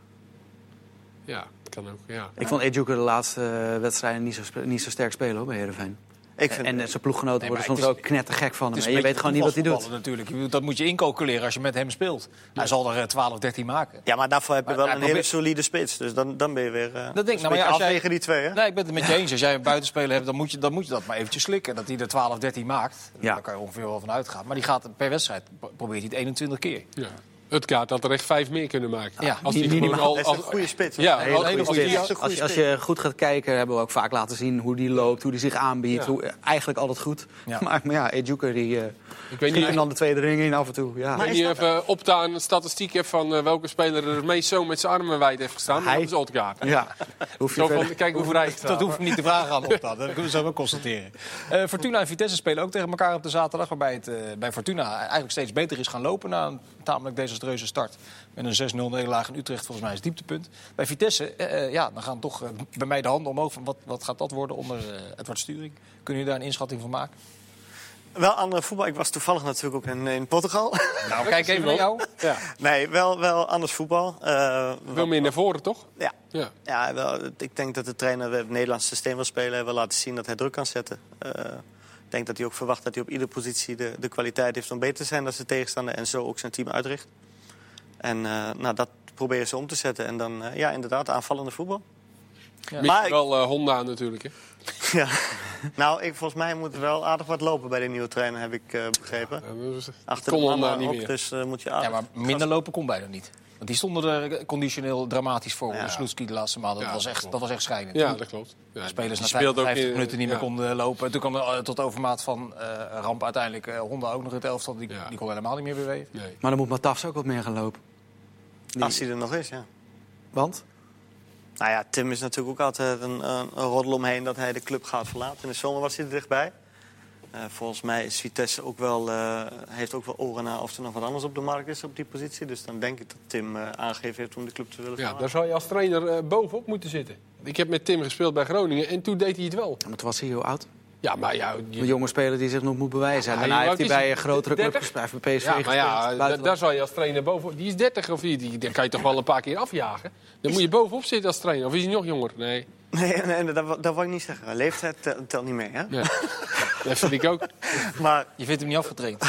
[SPEAKER 3] Ja, kan ook. Ja.
[SPEAKER 4] Ik vond Ejuke de laatste eh, wedstrijden niet zo, spe- niet zo sterk spelen hoor, bij Heerenveen.
[SPEAKER 2] Ik
[SPEAKER 4] En,
[SPEAKER 2] vind,
[SPEAKER 4] en eh, zijn ploeggenoten
[SPEAKER 1] Nee, maar
[SPEAKER 4] worden soms
[SPEAKER 1] het is-
[SPEAKER 4] ook knettergek van
[SPEAKER 1] Het
[SPEAKER 4] hem.
[SPEAKER 1] is
[SPEAKER 4] hè. Je
[SPEAKER 1] een
[SPEAKER 4] weet
[SPEAKER 1] beetje
[SPEAKER 4] gewoon niet wat hij doet.
[SPEAKER 1] voetballen natuurlijk. Ik bedoel, Dat moet je incalculeren als je met hem speelt. Hij zal er eh, 12, 13 maken.
[SPEAKER 2] ja, maar daarvoor heb je
[SPEAKER 1] Maar
[SPEAKER 2] wel
[SPEAKER 1] hij
[SPEAKER 2] een hele
[SPEAKER 1] probeert-
[SPEAKER 2] solide spits. Dus dan, dan ben je weer eh
[SPEAKER 1] Dat denk ik.
[SPEAKER 2] een
[SPEAKER 1] Nou, maar ja, als jij-
[SPEAKER 2] afwegen die twee, hè?
[SPEAKER 1] Nee, ik ben het met je eens. Als jij een buitenspeler hebt, dan moet je, dan moet je dat maar eventjes slikken. Dat hij er 12, 13 maakt,
[SPEAKER 4] Ja.
[SPEAKER 1] daar kan je ongeveer wel van uitgaan. Maar die gaat per wedstrijd, pro- probeert hij het 21 keer.
[SPEAKER 3] Ja. Het kaart had er echt vijf meer kunnen maken.
[SPEAKER 1] Ja,
[SPEAKER 3] als die
[SPEAKER 4] minimaal.
[SPEAKER 3] gewoon
[SPEAKER 2] Hij is een goede spits. hè?
[SPEAKER 3] Ja,
[SPEAKER 2] Hij
[SPEAKER 3] als-
[SPEAKER 2] is
[SPEAKER 1] goede
[SPEAKER 3] als- als
[SPEAKER 1] spits.
[SPEAKER 3] die-
[SPEAKER 2] Echt een goede
[SPEAKER 4] Als, je- als
[SPEAKER 2] spits.
[SPEAKER 4] je goed gaat kijken, hebben we ook vaak laten zien hoe die loopt, hoe die zich aanbiedt.
[SPEAKER 3] Ja.
[SPEAKER 4] Hoe, eigenlijk altijd goed.
[SPEAKER 1] Ja.
[SPEAKER 4] Maar, maar ja, Ejuke die eh
[SPEAKER 3] Ik weet
[SPEAKER 4] schiet
[SPEAKER 3] niet,
[SPEAKER 4] hem
[SPEAKER 3] ik
[SPEAKER 4] dan de tweede ring in af en toe. Ja.
[SPEAKER 3] weet niet of eh, Opta een statistiek heeft van eh, welke speler er het meest zo met zijn armen wijd heeft gestaan.
[SPEAKER 4] Hij-
[SPEAKER 3] Dat is Odgaard.
[SPEAKER 4] ja. Hoef je
[SPEAKER 3] Zo
[SPEAKER 4] verder-
[SPEAKER 3] van, kijk hoe vrij ik sta.
[SPEAKER 1] Dat hoef ik niet te vragen aan op dat. Dat kunnen we zo wel constateren. Eh, Fortuna en Vitesse spelen ook tegen elkaar op de zaterdag. Waarbij het eh, bij Fortuna eigenlijk steeds beter is gaan lopen na een tamelijk desastreuze start. Met een 6-0 nederlaag in Utrecht, volgens mij is het dieptepunt. Bij Vitesse, eh, eh, ja, dan gaan toch eh, bij mij de handen omhoog. Van wat, wat gaat dat worden onder eh Edward Sturing? Kunnen jullie daar een inschatting van maken?
[SPEAKER 2] Wel andere voetbal. Ik was toevallig natuurlijk ook in, in Portugal.
[SPEAKER 1] Nou, kijk even naar jou. Ja.
[SPEAKER 2] nee, wel, wel anders voetbal. Eh,
[SPEAKER 3] Veel meer naar voren, toch?
[SPEAKER 2] ja.
[SPEAKER 3] Ja.
[SPEAKER 2] Ja, wel, ik denk dat de trainer het Nederlands systeem wil spelen. Hij wil laten zien dat hij druk kan zetten. Eh, ik denk dat hij ook verwacht dat hij op iedere positie de, de kwaliteit heeft om beter te zijn dan zijn tegenstander. En zo ook zijn team uitricht. En eh, nou, dat proberen ze om te zetten. En dan, eh, ja, inderdaad, aanvallende voetbal.
[SPEAKER 1] Ja.
[SPEAKER 3] Mist
[SPEAKER 2] Maar ik-
[SPEAKER 3] wel eh, Honda natuurlijk. Hè.
[SPEAKER 2] ja. Nou, ik, volgens mij moet wel aardig wat lopen bij de nieuwe trainer, heb ik eh, begrepen.
[SPEAKER 3] Ja, dat is-
[SPEAKER 2] Achter
[SPEAKER 3] kon
[SPEAKER 2] de
[SPEAKER 3] Honda
[SPEAKER 2] mama
[SPEAKER 3] niet
[SPEAKER 2] ook,
[SPEAKER 3] meer.
[SPEAKER 2] dus eh, moet je aardig...
[SPEAKER 1] Ja, maar minder lopen kon bijna niet. Want die stonden er eh, conditioneel dramatisch voor. onder Sloetski de laatste maand. Dat,
[SPEAKER 3] Ja,
[SPEAKER 1] was, echt,
[SPEAKER 3] klopt.
[SPEAKER 1] dat was echt schrijnend.
[SPEAKER 3] Ja, dat klopt. Ja,
[SPEAKER 1] spelers
[SPEAKER 3] die
[SPEAKER 1] na
[SPEAKER 3] speelde
[SPEAKER 1] 50,
[SPEAKER 3] ook in-
[SPEAKER 1] minuten niet meer
[SPEAKER 3] ja.
[SPEAKER 1] konden lopen. En Toen kwam er eh, tot overmaat van eh, ramp uiteindelijk eh, Honda ook nog in het elftal. Die,
[SPEAKER 3] Ja.
[SPEAKER 1] die kon helemaal niet meer bewegen.
[SPEAKER 3] Nee.
[SPEAKER 4] Maar dan moet Matafs ook wat meer gaan lopen.
[SPEAKER 2] Als hij er nog is, ja.
[SPEAKER 4] Want?
[SPEAKER 2] Nou ja, Tim is natuurlijk ook altijd een, een, een roddel omheen dat hij de club gaat verlaten. In de zomer was hij er dichtbij. Eh, volgens mij is Vitesse ook wel, eh, heeft ook wel oren naar of er nog wat anders op de markt is op die positie. Dus dan denk ik dat Tim eh aangegeven heeft om de club te willen
[SPEAKER 3] Ja,
[SPEAKER 2] verlaten.
[SPEAKER 3] daar zou je als trainer eh, bovenop moeten zitten. Ik heb met Tim gespeeld bij Groningen en toen deed hij het wel.
[SPEAKER 4] Ja, maar toen was hij heel oud.
[SPEAKER 3] Ja, maar ja, je-
[SPEAKER 4] Een jonge speler die zich nog moet bewijzen. En
[SPEAKER 3] Ja,
[SPEAKER 4] daarna
[SPEAKER 3] hoe
[SPEAKER 4] heeft hij
[SPEAKER 3] oud is
[SPEAKER 4] bij
[SPEAKER 3] hij?
[SPEAKER 4] een grotere club
[SPEAKER 3] 30?
[SPEAKER 4] gespeeld. Bij PSV
[SPEAKER 3] Ja, maar
[SPEAKER 4] gespeeld.
[SPEAKER 3] ja, da-
[SPEAKER 4] buitenland.
[SPEAKER 3] daar zou je als trainer bovenop... Die is 30 of die, die, daar kan je toch wel een paar keer afjagen? Dan moet je bovenop zitten als trainer. Of is hij nog jonger? Nee,
[SPEAKER 2] Nee, nee, nee, dat, wil- dat wil ik niet zeggen. Leeftijd eh, telt niet mee, hè?
[SPEAKER 3] nee. dat vind ik ook.
[SPEAKER 2] Maar
[SPEAKER 1] Je vindt hem niet afgetraind.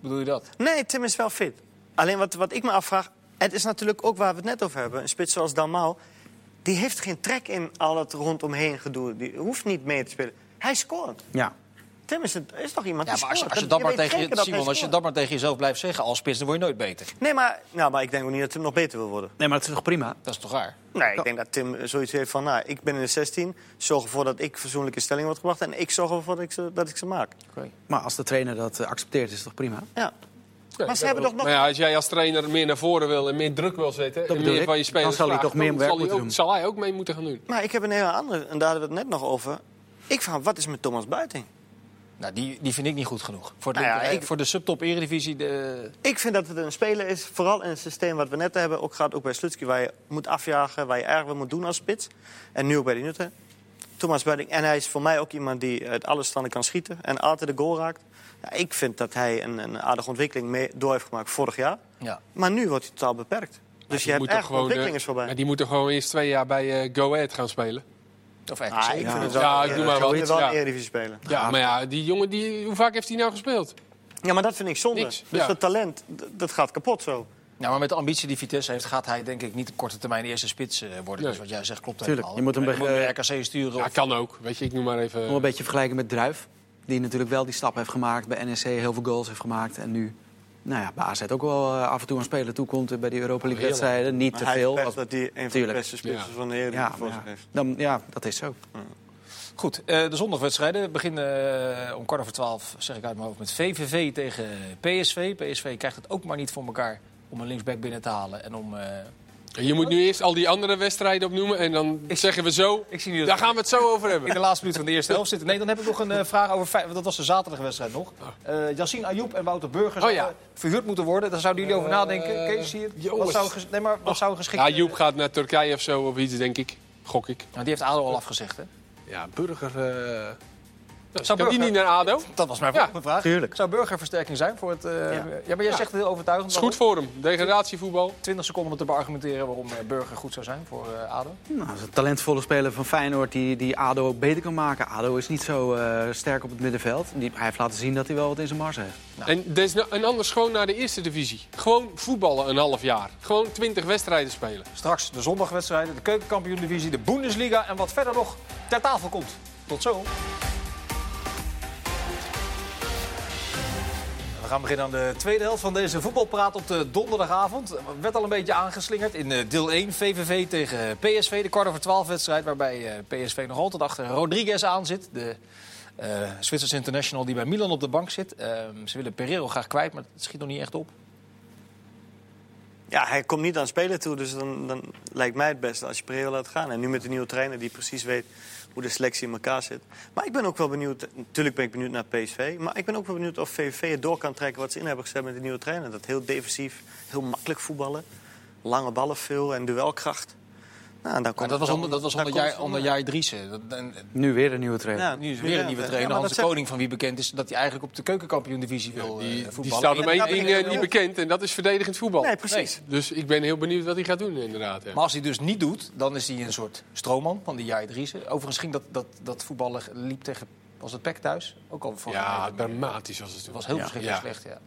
[SPEAKER 1] Bedoel je dat?
[SPEAKER 2] Nee, Tim is wel fit. Alleen wat, wat ik me afvraag, het is natuurlijk ook waar we het net over hebben. Een spits zoals Dalmau, die heeft geen trek in al het rondomheen gedoe. Die hoeft niet mee te spelen. Hij scoort.
[SPEAKER 4] Ja.
[SPEAKER 2] Tim is, het, is toch iemand
[SPEAKER 1] Ja,
[SPEAKER 2] die
[SPEAKER 1] maar als je,
[SPEAKER 2] scoort.
[SPEAKER 1] als je
[SPEAKER 2] Dat-
[SPEAKER 1] dat maar
[SPEAKER 2] weet
[SPEAKER 1] tegen,
[SPEAKER 2] zeker
[SPEAKER 1] je-
[SPEAKER 2] dat hij
[SPEAKER 1] Simon, als je
[SPEAKER 2] scoort.
[SPEAKER 1] dat maar tegen jezelf blijft zeggen als spits, dan word je nooit beter.
[SPEAKER 2] Nee, maar, nou, maar ik denk ook niet dat Tim nog beter wil worden.
[SPEAKER 4] Nee, maar dat is toch prima?
[SPEAKER 1] Dat is toch raar?
[SPEAKER 2] Nee, ik denk dat Tim eh, zoiets heeft van... Nou, ik ben in de 16, zorg ervoor dat ik verzoenlijk in stelling word gebracht... en ik zorg ervoor dat ik ze, dat ik ze maak.
[SPEAKER 4] Maar als de trainer dat eh, accepteert, is het toch prima?
[SPEAKER 2] Ja. Maar ze
[SPEAKER 3] Nee, dat
[SPEAKER 2] hebben
[SPEAKER 3] wel.
[SPEAKER 2] toch nog-
[SPEAKER 3] Maar ja, als jij als trainer meer naar voren wil en meer druk wil zetten... en
[SPEAKER 4] bedoel
[SPEAKER 3] meer
[SPEAKER 4] ik.
[SPEAKER 3] van je
[SPEAKER 4] Dan
[SPEAKER 3] spelers
[SPEAKER 4] zal hij
[SPEAKER 3] vraagt,
[SPEAKER 4] toch meer
[SPEAKER 3] dan
[SPEAKER 4] werk
[SPEAKER 3] zal hij
[SPEAKER 4] moeten
[SPEAKER 3] ook-
[SPEAKER 4] doen.
[SPEAKER 3] zal hij ook mee moeten gaan doen.
[SPEAKER 2] Maar ik heb een hele andere... en daar hadden we het net nog over. Ik vraag, wat is met Thomas Buiting?
[SPEAKER 1] Nou, die, die vind ik niet goed genoeg. Voor de,
[SPEAKER 2] Nou ja,
[SPEAKER 1] eh,
[SPEAKER 2] ik-
[SPEAKER 1] voor de subtop eredivisie, de,
[SPEAKER 2] Ik vind dat het een speler is, vooral in het systeem wat we net hebben. Ook gaat ook bij Slutski, waar je moet afjagen, waar je erg wat moet doen als spits. En nu ook bij de Nutten. Thomas Budding. En hij is voor mij ook iemand die uit alle standen kan schieten en altijd de goal raakt. Ja, ik vind dat hij een, een aardige ontwikkeling mee door heeft gemaakt vorig jaar.
[SPEAKER 1] ja.
[SPEAKER 2] Maar nu wordt hij totaal beperkt. Dus je
[SPEAKER 3] Die
[SPEAKER 2] hebt
[SPEAKER 3] moet
[SPEAKER 2] echt
[SPEAKER 3] toch gewoon,
[SPEAKER 2] ontwikkeling is
[SPEAKER 3] eh,
[SPEAKER 2] voorbij.
[SPEAKER 3] Maar die moeten gewoon eerst twee jaar bij eh, Go Ahead gaan spelen.
[SPEAKER 1] Of echt.
[SPEAKER 2] Ah,
[SPEAKER 1] zeker.
[SPEAKER 2] ik vind het
[SPEAKER 3] Ja,
[SPEAKER 2] wel,
[SPEAKER 3] ik doe maar
[SPEAKER 2] wel,
[SPEAKER 3] wat.
[SPEAKER 2] wel
[SPEAKER 3] Ja.
[SPEAKER 2] een Eredivisie spelen.
[SPEAKER 3] Ja, maar ja, die jongen, die, hoe vaak heeft hij nou gespeeld?
[SPEAKER 2] Ja, maar dat vind ik zonde.
[SPEAKER 3] Niks,
[SPEAKER 2] Dus
[SPEAKER 3] ja.
[SPEAKER 2] dat talent, d- dat gaat kapot zo.
[SPEAKER 1] Nou, maar met de ambitie die Vitesse heeft, gaat hij denk ik niet op korte termijn eerste spits eh, worden.
[SPEAKER 3] Nee.
[SPEAKER 1] Dus wat jij zegt klopt
[SPEAKER 4] Tuurlijk,
[SPEAKER 1] helemaal.
[SPEAKER 4] je moet hem
[SPEAKER 1] Je
[SPEAKER 4] bij-
[SPEAKER 1] naar RKC sturen.
[SPEAKER 3] Ja,
[SPEAKER 1] of-
[SPEAKER 3] kan ook. Weet je, ik noem maar even...
[SPEAKER 4] Nog een beetje vergelijken met Druif. Die natuurlijk wel die stap heeft gemaakt. Bij NEC heel veel goals heeft gemaakt. En nu nou ja, bij AZ ook wel eh, af en toe een speler toekomt eh, bij die Europa League wedstrijden. Niet
[SPEAKER 2] Oh, Maar
[SPEAKER 4] te
[SPEAKER 2] hij heeft
[SPEAKER 4] veel.
[SPEAKER 2] pech
[SPEAKER 4] als-
[SPEAKER 2] dat hij een van de
[SPEAKER 4] Tuurlijk.
[SPEAKER 2] beste spitsen
[SPEAKER 3] Ja.
[SPEAKER 2] van de
[SPEAKER 4] Ja,
[SPEAKER 2] Eredivisie voor zich
[SPEAKER 4] ja.
[SPEAKER 2] heeft.
[SPEAKER 4] Dan, ja, dat is zo.
[SPEAKER 1] Goed, eh, de zondagwedstrijden beginnen eh, om kwart over twaalf, zeg ik uit mijn hoofd, met VVV tegen PSV. PSV krijgt het ook maar niet voor elkaar om een linksback binnen te halen. En om, eh,
[SPEAKER 3] Je moet nu eerst al die andere wedstrijden opnoemen en dan zeggen we zo...
[SPEAKER 1] ik zie nu dat
[SPEAKER 3] Daar gaan we het zo over hebben.
[SPEAKER 1] in de laatste minuut van de eerste helft zitten. Nee, dan heb ik nog een eh, vraag over, Fey- want dat was de zaterdagwedstrijd nog. Eh Yassine Ayoub en Wouter Burgers
[SPEAKER 3] Oh ja.
[SPEAKER 1] zouden verhuurd moeten worden. Daar zouden jullie over nadenken.
[SPEAKER 3] Eh,
[SPEAKER 1] Kees, zie je het? Wat
[SPEAKER 3] jongens.
[SPEAKER 1] zou, een ges- nee, maar wat zou een geschikte...
[SPEAKER 3] Ja, Joep gaat naar Turkije of zo of iets, denk ik. Gok ik.
[SPEAKER 1] Nou, die heeft ADO al afgezegd, hè?
[SPEAKER 3] Ja, Burger... eh
[SPEAKER 1] Zou
[SPEAKER 3] Zou
[SPEAKER 1] Burger-
[SPEAKER 3] die niet naar ADO?
[SPEAKER 1] Dat was mijn
[SPEAKER 3] Ja,
[SPEAKER 1] volgende vraag.
[SPEAKER 4] tuurlijk.
[SPEAKER 1] Zou burgerversterking zijn voor het... eh, ja. maar jij
[SPEAKER 3] Ja.
[SPEAKER 1] zegt het heel overtuigend.
[SPEAKER 3] is goed voor hem. Degradatievoetbal.
[SPEAKER 1] 20 seconden om te beargumenteren waarom eh, Burger goed zou zijn voor eh, ADO.
[SPEAKER 4] Nou, dat is een talentvolle speler van Feyenoord die, die ADO ook beter kan maken. ADO is niet zo eh, sterk op het middenveld. Die, hij heeft laten zien dat hij wel wat in zijn mars heeft.
[SPEAKER 3] En, desno- en anders gewoon naar de eerste divisie. Gewoon voetballen een half jaar. Gewoon 20 wedstrijden spelen.
[SPEAKER 1] Straks de zondagwedstrijden, de keukenkampioen-divisie, de Bundesliga... en wat verder nog ter tafel komt. Tot zo. We gaan beginnen aan de tweede helft van deze voetbalpraat op de donderdagavond. Er werd al een beetje aangeslingerd in eh, deel 1. VVV tegen eh, PSV, de kwart over 12 wedstrijd... waarbij eh, PSV nog altijd achter Rodriguez aan zit. De eh Zwitserse international die bij Milan op de bank zit. Ehm, ze willen Pereiro graag kwijt, maar het schiet nog niet echt op.
[SPEAKER 2] Ja, hij komt niet aan spelen toe, dus dan, dan lijkt mij het beste als je Pereira laat gaan. En nu met de nieuwe trainer die precies weet hoe de selectie in elkaar zit. Maar ik ben ook wel benieuwd, natuurlijk ben ik benieuwd naar PSV... maar ik ben ook wel benieuwd of VVV het door kan trekken wat ze in hebben gezet met de nieuwe trainer. Dat heel defensief, heel makkelijk voetballen. Lange ballen veel en duelkracht. Nou, en daar
[SPEAKER 1] Maar
[SPEAKER 2] komt
[SPEAKER 1] dat was
[SPEAKER 2] het
[SPEAKER 1] onder,
[SPEAKER 2] dan-
[SPEAKER 1] dat was
[SPEAKER 2] daar
[SPEAKER 1] onder,
[SPEAKER 2] komt
[SPEAKER 1] jij, onder
[SPEAKER 2] het vandaan.
[SPEAKER 1] jij Driessen. Dat- en- en
[SPEAKER 4] Nu weer een nieuwe trainer.
[SPEAKER 2] Ja,
[SPEAKER 1] nu is weer een nieuwe
[SPEAKER 2] ja,
[SPEAKER 1] trainer.
[SPEAKER 2] maar
[SPEAKER 1] Hans
[SPEAKER 2] dat
[SPEAKER 1] de
[SPEAKER 2] zeg-
[SPEAKER 1] Koning, van wie bekend is dat hij eigenlijk op de keukenkampioen-divisie wil eh,
[SPEAKER 3] Die, die
[SPEAKER 1] voetballen.
[SPEAKER 3] staat om
[SPEAKER 1] En-
[SPEAKER 3] één
[SPEAKER 2] daar
[SPEAKER 3] ding
[SPEAKER 2] begin ik
[SPEAKER 3] eh, niet
[SPEAKER 2] ook.
[SPEAKER 3] bekend en dat is verdedigend voetbal.
[SPEAKER 2] Nee, precies.
[SPEAKER 3] Dus ik ben heel benieuwd wat hij gaat doen inderdaad. ja.
[SPEAKER 1] Maar als hij dus niet doet, dan is hij een soort stroomman van die Jair Driessen. Overigens ging dat, dat, dat voetballen liep tegen, was het PEC thuis? Ook al van
[SPEAKER 3] Ja, dramatisch was het.
[SPEAKER 1] Het was heel
[SPEAKER 3] Ja.
[SPEAKER 1] verschrikkelijk
[SPEAKER 3] Ja,
[SPEAKER 1] slecht, ja.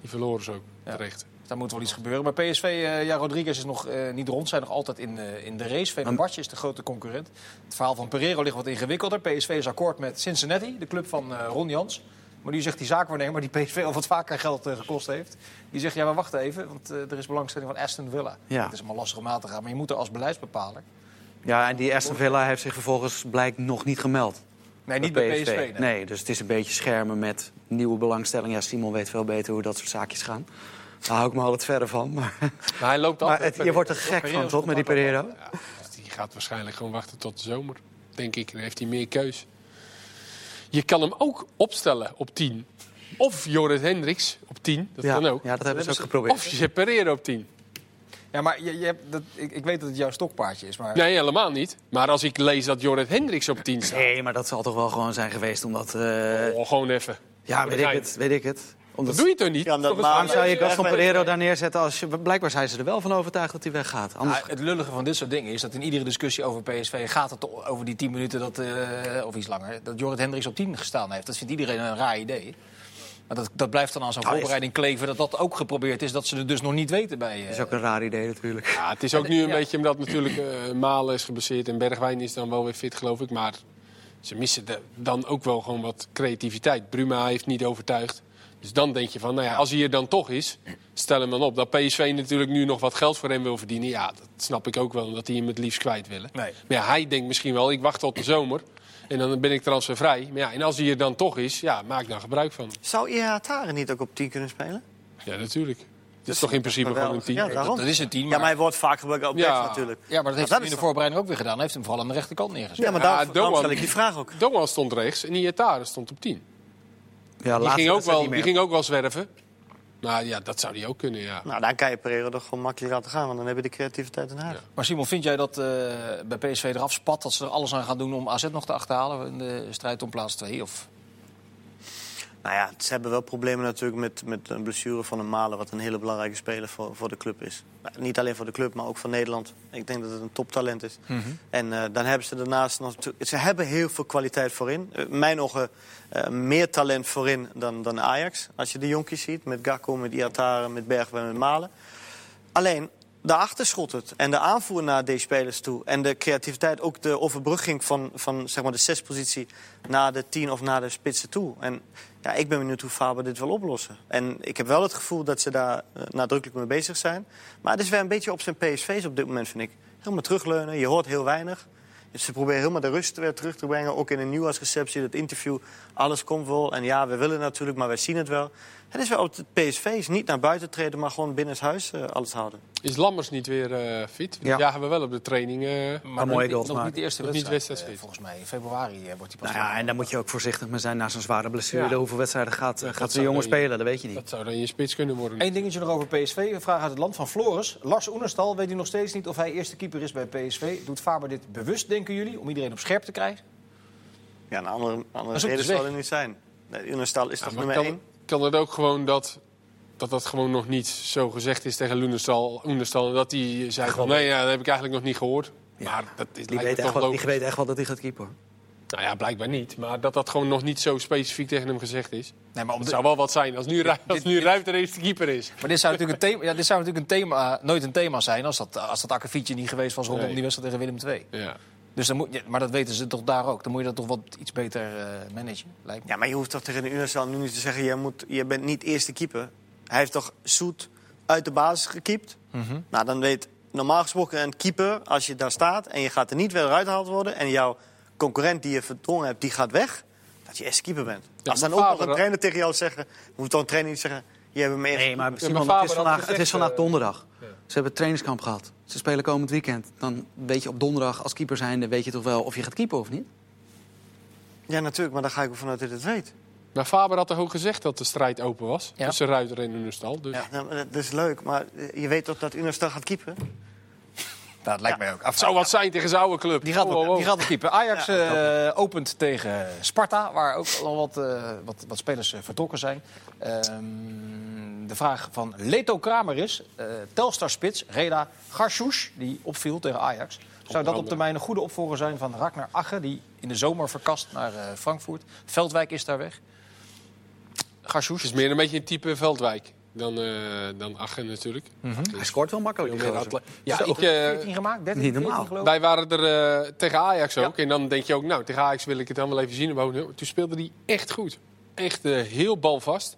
[SPEAKER 3] Die verloren ze ook,
[SPEAKER 1] Ja.
[SPEAKER 3] terecht.
[SPEAKER 1] Dus daar moet wel iets gebeuren. Maar PSV, eh, ja, Rodriguez is nog eh, niet rond. Zijn nog altijd in, eh, in de race. Fenerbahce is de grote concurrent. Het verhaal van Pereiro ligt wat ingewikkelder. PSV is akkoord met Cincinnati, de club van eh, Ron Jans. Maar nu zegt die zaakwaarnemer, die PSV al wat vaker geld eh, gekost heeft... die zegt, ja, maar wacht even, want eh, er is belangstelling van Aston Villa.
[SPEAKER 4] Ja.
[SPEAKER 1] Het is allemaal lastig om aan te gaan, maar je moet er als beleidsbepaler...
[SPEAKER 4] Ja, en die Aston Villa heeft zich vervolgens blijkt nog niet gemeld.
[SPEAKER 1] Nee, niet bij PSV.
[SPEAKER 4] nee. dus het is een beetje schermen met nieuwe belangstelling. Ja, Simon weet veel beter hoe dat soort zaakjes gaan. Daar hou ik me altijd verder van. Maar,
[SPEAKER 3] Maar hij loopt
[SPEAKER 4] maar
[SPEAKER 3] altijd.
[SPEAKER 4] het, je wordt er gek van, toch, met die Pereiro?
[SPEAKER 3] Ja, dus die gaat waarschijnlijk gewoon wachten tot de zomer. Denk ik, dan heeft hij meer keus. Je kan hem ook opstellen op 10. Of Joris Hendricks op 10, dat
[SPEAKER 4] Ja,
[SPEAKER 3] kan ook.
[SPEAKER 4] ja, dat hebben ze ook
[SPEAKER 3] Of
[SPEAKER 4] geprobeerd.
[SPEAKER 3] je zet Pereira op 10.
[SPEAKER 1] Ja, maar je, je hebt dat, ik, ik weet dat het jouw stokpaardje is, maar...
[SPEAKER 3] Nee, helemaal niet. Maar als ik lees dat Joris Hendricks op 10 staat...
[SPEAKER 4] Nee, maar dat zal toch wel gewoon zijn geweest omdat... eh,
[SPEAKER 3] Oh, gewoon even.
[SPEAKER 4] ja, weet ik
[SPEAKER 3] begrijp.
[SPEAKER 4] het, weet ik het. Omdat,
[SPEAKER 3] Dat doe je toch niet?
[SPEAKER 2] Ja, omdat
[SPEAKER 3] Toch is-
[SPEAKER 2] Maan-
[SPEAKER 4] waarom zou je
[SPEAKER 2] Ja,
[SPEAKER 4] Gaston
[SPEAKER 2] maar-
[SPEAKER 4] Pereiro daar neerzetten als je... Blijkbaar zijn ze er wel van overtuigd dat hij weggaat. Anders
[SPEAKER 1] Ja, Ah, het lullige van dit soort dingen is dat in iedere discussie over PSV gaat het o- over die 10 minuten dat, eh, of iets langer, dat Jorrit Hendricks op 10 gestaan heeft. Dat vindt iedereen een raar idee. Maar dat, dat blijft dan aan zo'n
[SPEAKER 4] is-
[SPEAKER 1] voorbereiding kleven dat dat ook geprobeerd is, dat ze het dus nog niet weten bij. eh,
[SPEAKER 4] is ook een raar idee natuurlijk.
[SPEAKER 3] Ja, het is ook nu een beetje omdat natuurlijk eh, Malen is geblesseerd en Bergwijn is dan wel weer fit, geloof ik. Maar Ze missen de- dan ook wel gewoon wat creativiteit. Bruma heeft niet overtuigd. Dus dan denk je van, nou ja, als hij er dan toch is, stel hem dan op. Dat PSV natuurlijk nu nog wat geld voor hem wil verdienen, ja, dat snap ik ook wel, omdat die hem het liefst kwijt willen.
[SPEAKER 1] Nee.
[SPEAKER 3] Maar ja, hij denkt misschien wel, ik wacht tot de zomer en dan ben ik transfervrij. Maar ja, en als hij er dan toch is, ja, maak dan gebruik van.
[SPEAKER 2] Zou Ihatare niet ook op 10 kunnen spelen?
[SPEAKER 3] Ja, natuurlijk. Het is toch in principe
[SPEAKER 2] geweldig.
[SPEAKER 3] gewoon een team.
[SPEAKER 2] Dus- Ja, daarom.
[SPEAKER 1] Dat is het team.
[SPEAKER 2] Ja, maar hij wordt vaak gebruikt op
[SPEAKER 3] Ja.
[SPEAKER 2] rechts natuurlijk.
[SPEAKER 1] Ja, maar dat heeft
[SPEAKER 2] dat
[SPEAKER 1] hij in
[SPEAKER 2] is
[SPEAKER 1] de
[SPEAKER 2] toch-
[SPEAKER 1] voorbereiding ook weer gedaan. Hij heeft hem vooral aan de rechterkant neergezet.
[SPEAKER 2] Ja, maar
[SPEAKER 3] Ja,
[SPEAKER 2] daar, daarom
[SPEAKER 3] Doan-
[SPEAKER 2] stel ik die vraag ook.
[SPEAKER 3] Doan stond rechts en Iatare stond op 10.
[SPEAKER 4] Ja,
[SPEAKER 3] Die ging, ook wel, die
[SPEAKER 4] meer.
[SPEAKER 3] ging ook wel zwerven. Maar ja, dat zou die ook kunnen, ja.
[SPEAKER 2] Nou, dan kan je Pereira toch gewoon makkelijk laten gaan, want dan heb je de creativiteit in huis.
[SPEAKER 1] Maar Simon, vind jij dat eh, bij PSV eraf spat dat ze er alles aan gaan doen om AZ nog te achterhalen in de strijd om plaats 2? Of...
[SPEAKER 2] Nou ja, ze hebben wel problemen natuurlijk met, met een blessure van een Malen... wat een hele belangrijke speler voor, voor de club is. Maar niet alleen voor de club, maar ook voor Nederland. Ik denk dat het een toptalent is. En eh, dan hebben ze daarnaast nog... tu- Ze hebben heel veel kwaliteit voorin. Eh, In mijn ogen eh, meer talent voorin dan, dan Ajax. Als je de jonkies ziet, met Gakko, met Iatare, met Bergwijn, met Malen. Alleen, daarachter schot het. En de aanvoer naar deze spelers toe. En de creativiteit, ook de overbrugging van, van zeg maar de zespositie naar de tien of naar de spitsen toe. En ja, ik ben benieuwd hoe Faber dit wil oplossen. En ik heb wel het gevoel dat ze daar eh, nadrukkelijk mee bezig zijn. Maar het is weer een beetje op zijn PSV's op dit moment, vind ik. Helemaal terugleunen, je hoort heel weinig. Dus ze proberen helemaal de rust weer terug te brengen. Ook in een nieuwsreceptie, dat interview. Alles komt wel. En ja, we willen natuurlijk, maar wij zien het wel. Het is wel op het PSV's. Niet naar buiten treden, maar gewoon binnen het huis eh, alles houden.
[SPEAKER 3] Is Lammers niet weer eh, fit? Die
[SPEAKER 4] Ja.
[SPEAKER 3] jagen we wel op de training. eh.
[SPEAKER 4] mooie
[SPEAKER 1] nog niet- nog
[SPEAKER 4] goals maken.
[SPEAKER 1] niet de eerste
[SPEAKER 3] Nog niet
[SPEAKER 1] wedstrijd,
[SPEAKER 3] wedstrijd.
[SPEAKER 1] eh, volgens mij. In februari eh, wordt hij pas.
[SPEAKER 4] Nou ja, en daar moet je ook voorzichtig mee zijn na zo'n zware blessure.
[SPEAKER 3] Ja.
[SPEAKER 4] Hoeveel wedstrijden gaat, eh, gaat zo'n
[SPEAKER 3] zou
[SPEAKER 4] jongen
[SPEAKER 3] dan je-
[SPEAKER 4] spelen? Dat weet je niet.
[SPEAKER 3] Dat zou dan je spits kunnen worden.
[SPEAKER 1] Eén dingetje nog over PSV. Een vraag uit het land van Floris. Lars Oenerstal weet u nog steeds niet of hij eerste keeper is bij PSV. Doet Faber dit bewust, denken jullie, om iedereen op scherp te krijgen?
[SPEAKER 2] Ja, een andere, andere
[SPEAKER 1] is ook
[SPEAKER 2] reden
[SPEAKER 1] dus weg.
[SPEAKER 2] zal er niet zijn. Nee, Unestal is
[SPEAKER 3] Ja,
[SPEAKER 2] toch
[SPEAKER 3] maar
[SPEAKER 2] nummer
[SPEAKER 3] kan,
[SPEAKER 2] één?
[SPEAKER 3] kan het ook gewoon dat, dat dat gewoon nog niet zo gezegd is tegen Loenestal? Oenestal, en dat hij zei van, nee, ja, dat heb ik eigenlijk nog niet gehoord. maar dat is,
[SPEAKER 4] Die
[SPEAKER 3] lijkt me
[SPEAKER 4] weet, echt
[SPEAKER 3] toch
[SPEAKER 4] wel, die
[SPEAKER 3] logisch.
[SPEAKER 4] weet echt wel dat hij gaat keeper.
[SPEAKER 3] Nou ja, blijkbaar niet. Maar dat dat gewoon nog niet zo specifiek tegen hem gezegd is.
[SPEAKER 1] Nee, maar, om
[SPEAKER 3] Het
[SPEAKER 1] de-
[SPEAKER 3] zou wel wat zijn als nu, Ru- als nu
[SPEAKER 1] dit-
[SPEAKER 3] Ruijf de eerste keeper is.
[SPEAKER 1] maar dit zou natuurlijk, een thema, ja, dit zou natuurlijk een thema, eh, nooit een thema zijn als dat, eh, als dat akkefietje niet geweest was rondom
[SPEAKER 3] Nee.
[SPEAKER 1] die wedstrijd tegen Willem II.
[SPEAKER 3] Ja.
[SPEAKER 1] Dus dan moet, je- maar dat weten ze toch daar ook. Dan moet je dat toch wat iets beter eh, managen, lijkt me.
[SPEAKER 2] Ja, maar je hoeft toch tegen de Unestal nu niet te zeggen... Je, moet, je bent niet eerste keeper. Hij heeft toch zoet uit de basis gekiept?
[SPEAKER 1] Mhm.
[SPEAKER 2] Nou, dan weet normaal gesproken een keeper, als je daar staat... en je gaat er niet weer uitgehaald worden... en jouw concurrent die je verdrongen hebt, die gaat weg... dat je eerste keeper bent.
[SPEAKER 3] Ja,
[SPEAKER 2] als dan
[SPEAKER 3] maar
[SPEAKER 2] ook nog
[SPEAKER 3] Faber-
[SPEAKER 2] een trainer tegen jou zeggen... moet dan een trainer niet zeggen... je hebt hem eerst...
[SPEAKER 4] Nee, maar Simon,
[SPEAKER 3] Faber
[SPEAKER 4] het, is
[SPEAKER 3] had
[SPEAKER 4] vandaag,
[SPEAKER 3] gezegd,
[SPEAKER 4] het is vandaag
[SPEAKER 3] eh,
[SPEAKER 4] donderdag. Ze hebben trainingskamp gehad. Ze spelen komend weekend. Dan weet je op donderdag als keeper zijnde... weet je toch wel of je gaat keeper of niet?
[SPEAKER 2] Ja, natuurlijk, maar dan ga ik ervan uit dat je het weet.
[SPEAKER 3] Maar Faber had toch ook gezegd dat de strijd open was
[SPEAKER 1] Ja.
[SPEAKER 3] tussen Ruiter en Unestal. Dus
[SPEAKER 2] Ja, maar dat is leuk, maar eh, je weet toch dat Unestal gaat keeper?
[SPEAKER 1] Dat lijkt mij ook.
[SPEAKER 3] het zou wat zijn tegen zijn oude club.
[SPEAKER 1] Die gaat,
[SPEAKER 3] Oh,
[SPEAKER 1] wel
[SPEAKER 3] oh, oh.
[SPEAKER 1] die gaat wel keeper. Ajax eh, opent tegen Sparta, waar ook al wat, eh, wat, wat spelers eh, vertrokken zijn. Ehm, de vraag van Leto Kramer is: eh Telstar spits Reda Garshoes, die opviel tegen Ajax. Zou dat op
[SPEAKER 3] andere.
[SPEAKER 1] termijn een goede opvolger zijn van Ragnar Ache, die in de zomer verkast naar eh, Frankfurt? Veldwijk is daar weg.
[SPEAKER 3] Het
[SPEAKER 1] Garshoes.
[SPEAKER 3] is meer een beetje een type Veldwijk dan, eh dan Achen natuurlijk.
[SPEAKER 4] Hij scoort wel makkelijk.
[SPEAKER 3] Veel
[SPEAKER 4] die
[SPEAKER 3] meer
[SPEAKER 4] gozer.
[SPEAKER 3] atle- Ja,
[SPEAKER 1] Zo,
[SPEAKER 3] ik, eh,
[SPEAKER 1] 14 gemaakt, 13, 14
[SPEAKER 4] niet normaal.
[SPEAKER 1] geloof ik.
[SPEAKER 3] wij waren er eh, tegen Ajax ook. En dan denk je ook, nou, tegen Ajax wil ik het dan wel even zien. Maar nou, toen speelde hij echt goed. Echt eh, heel balvast.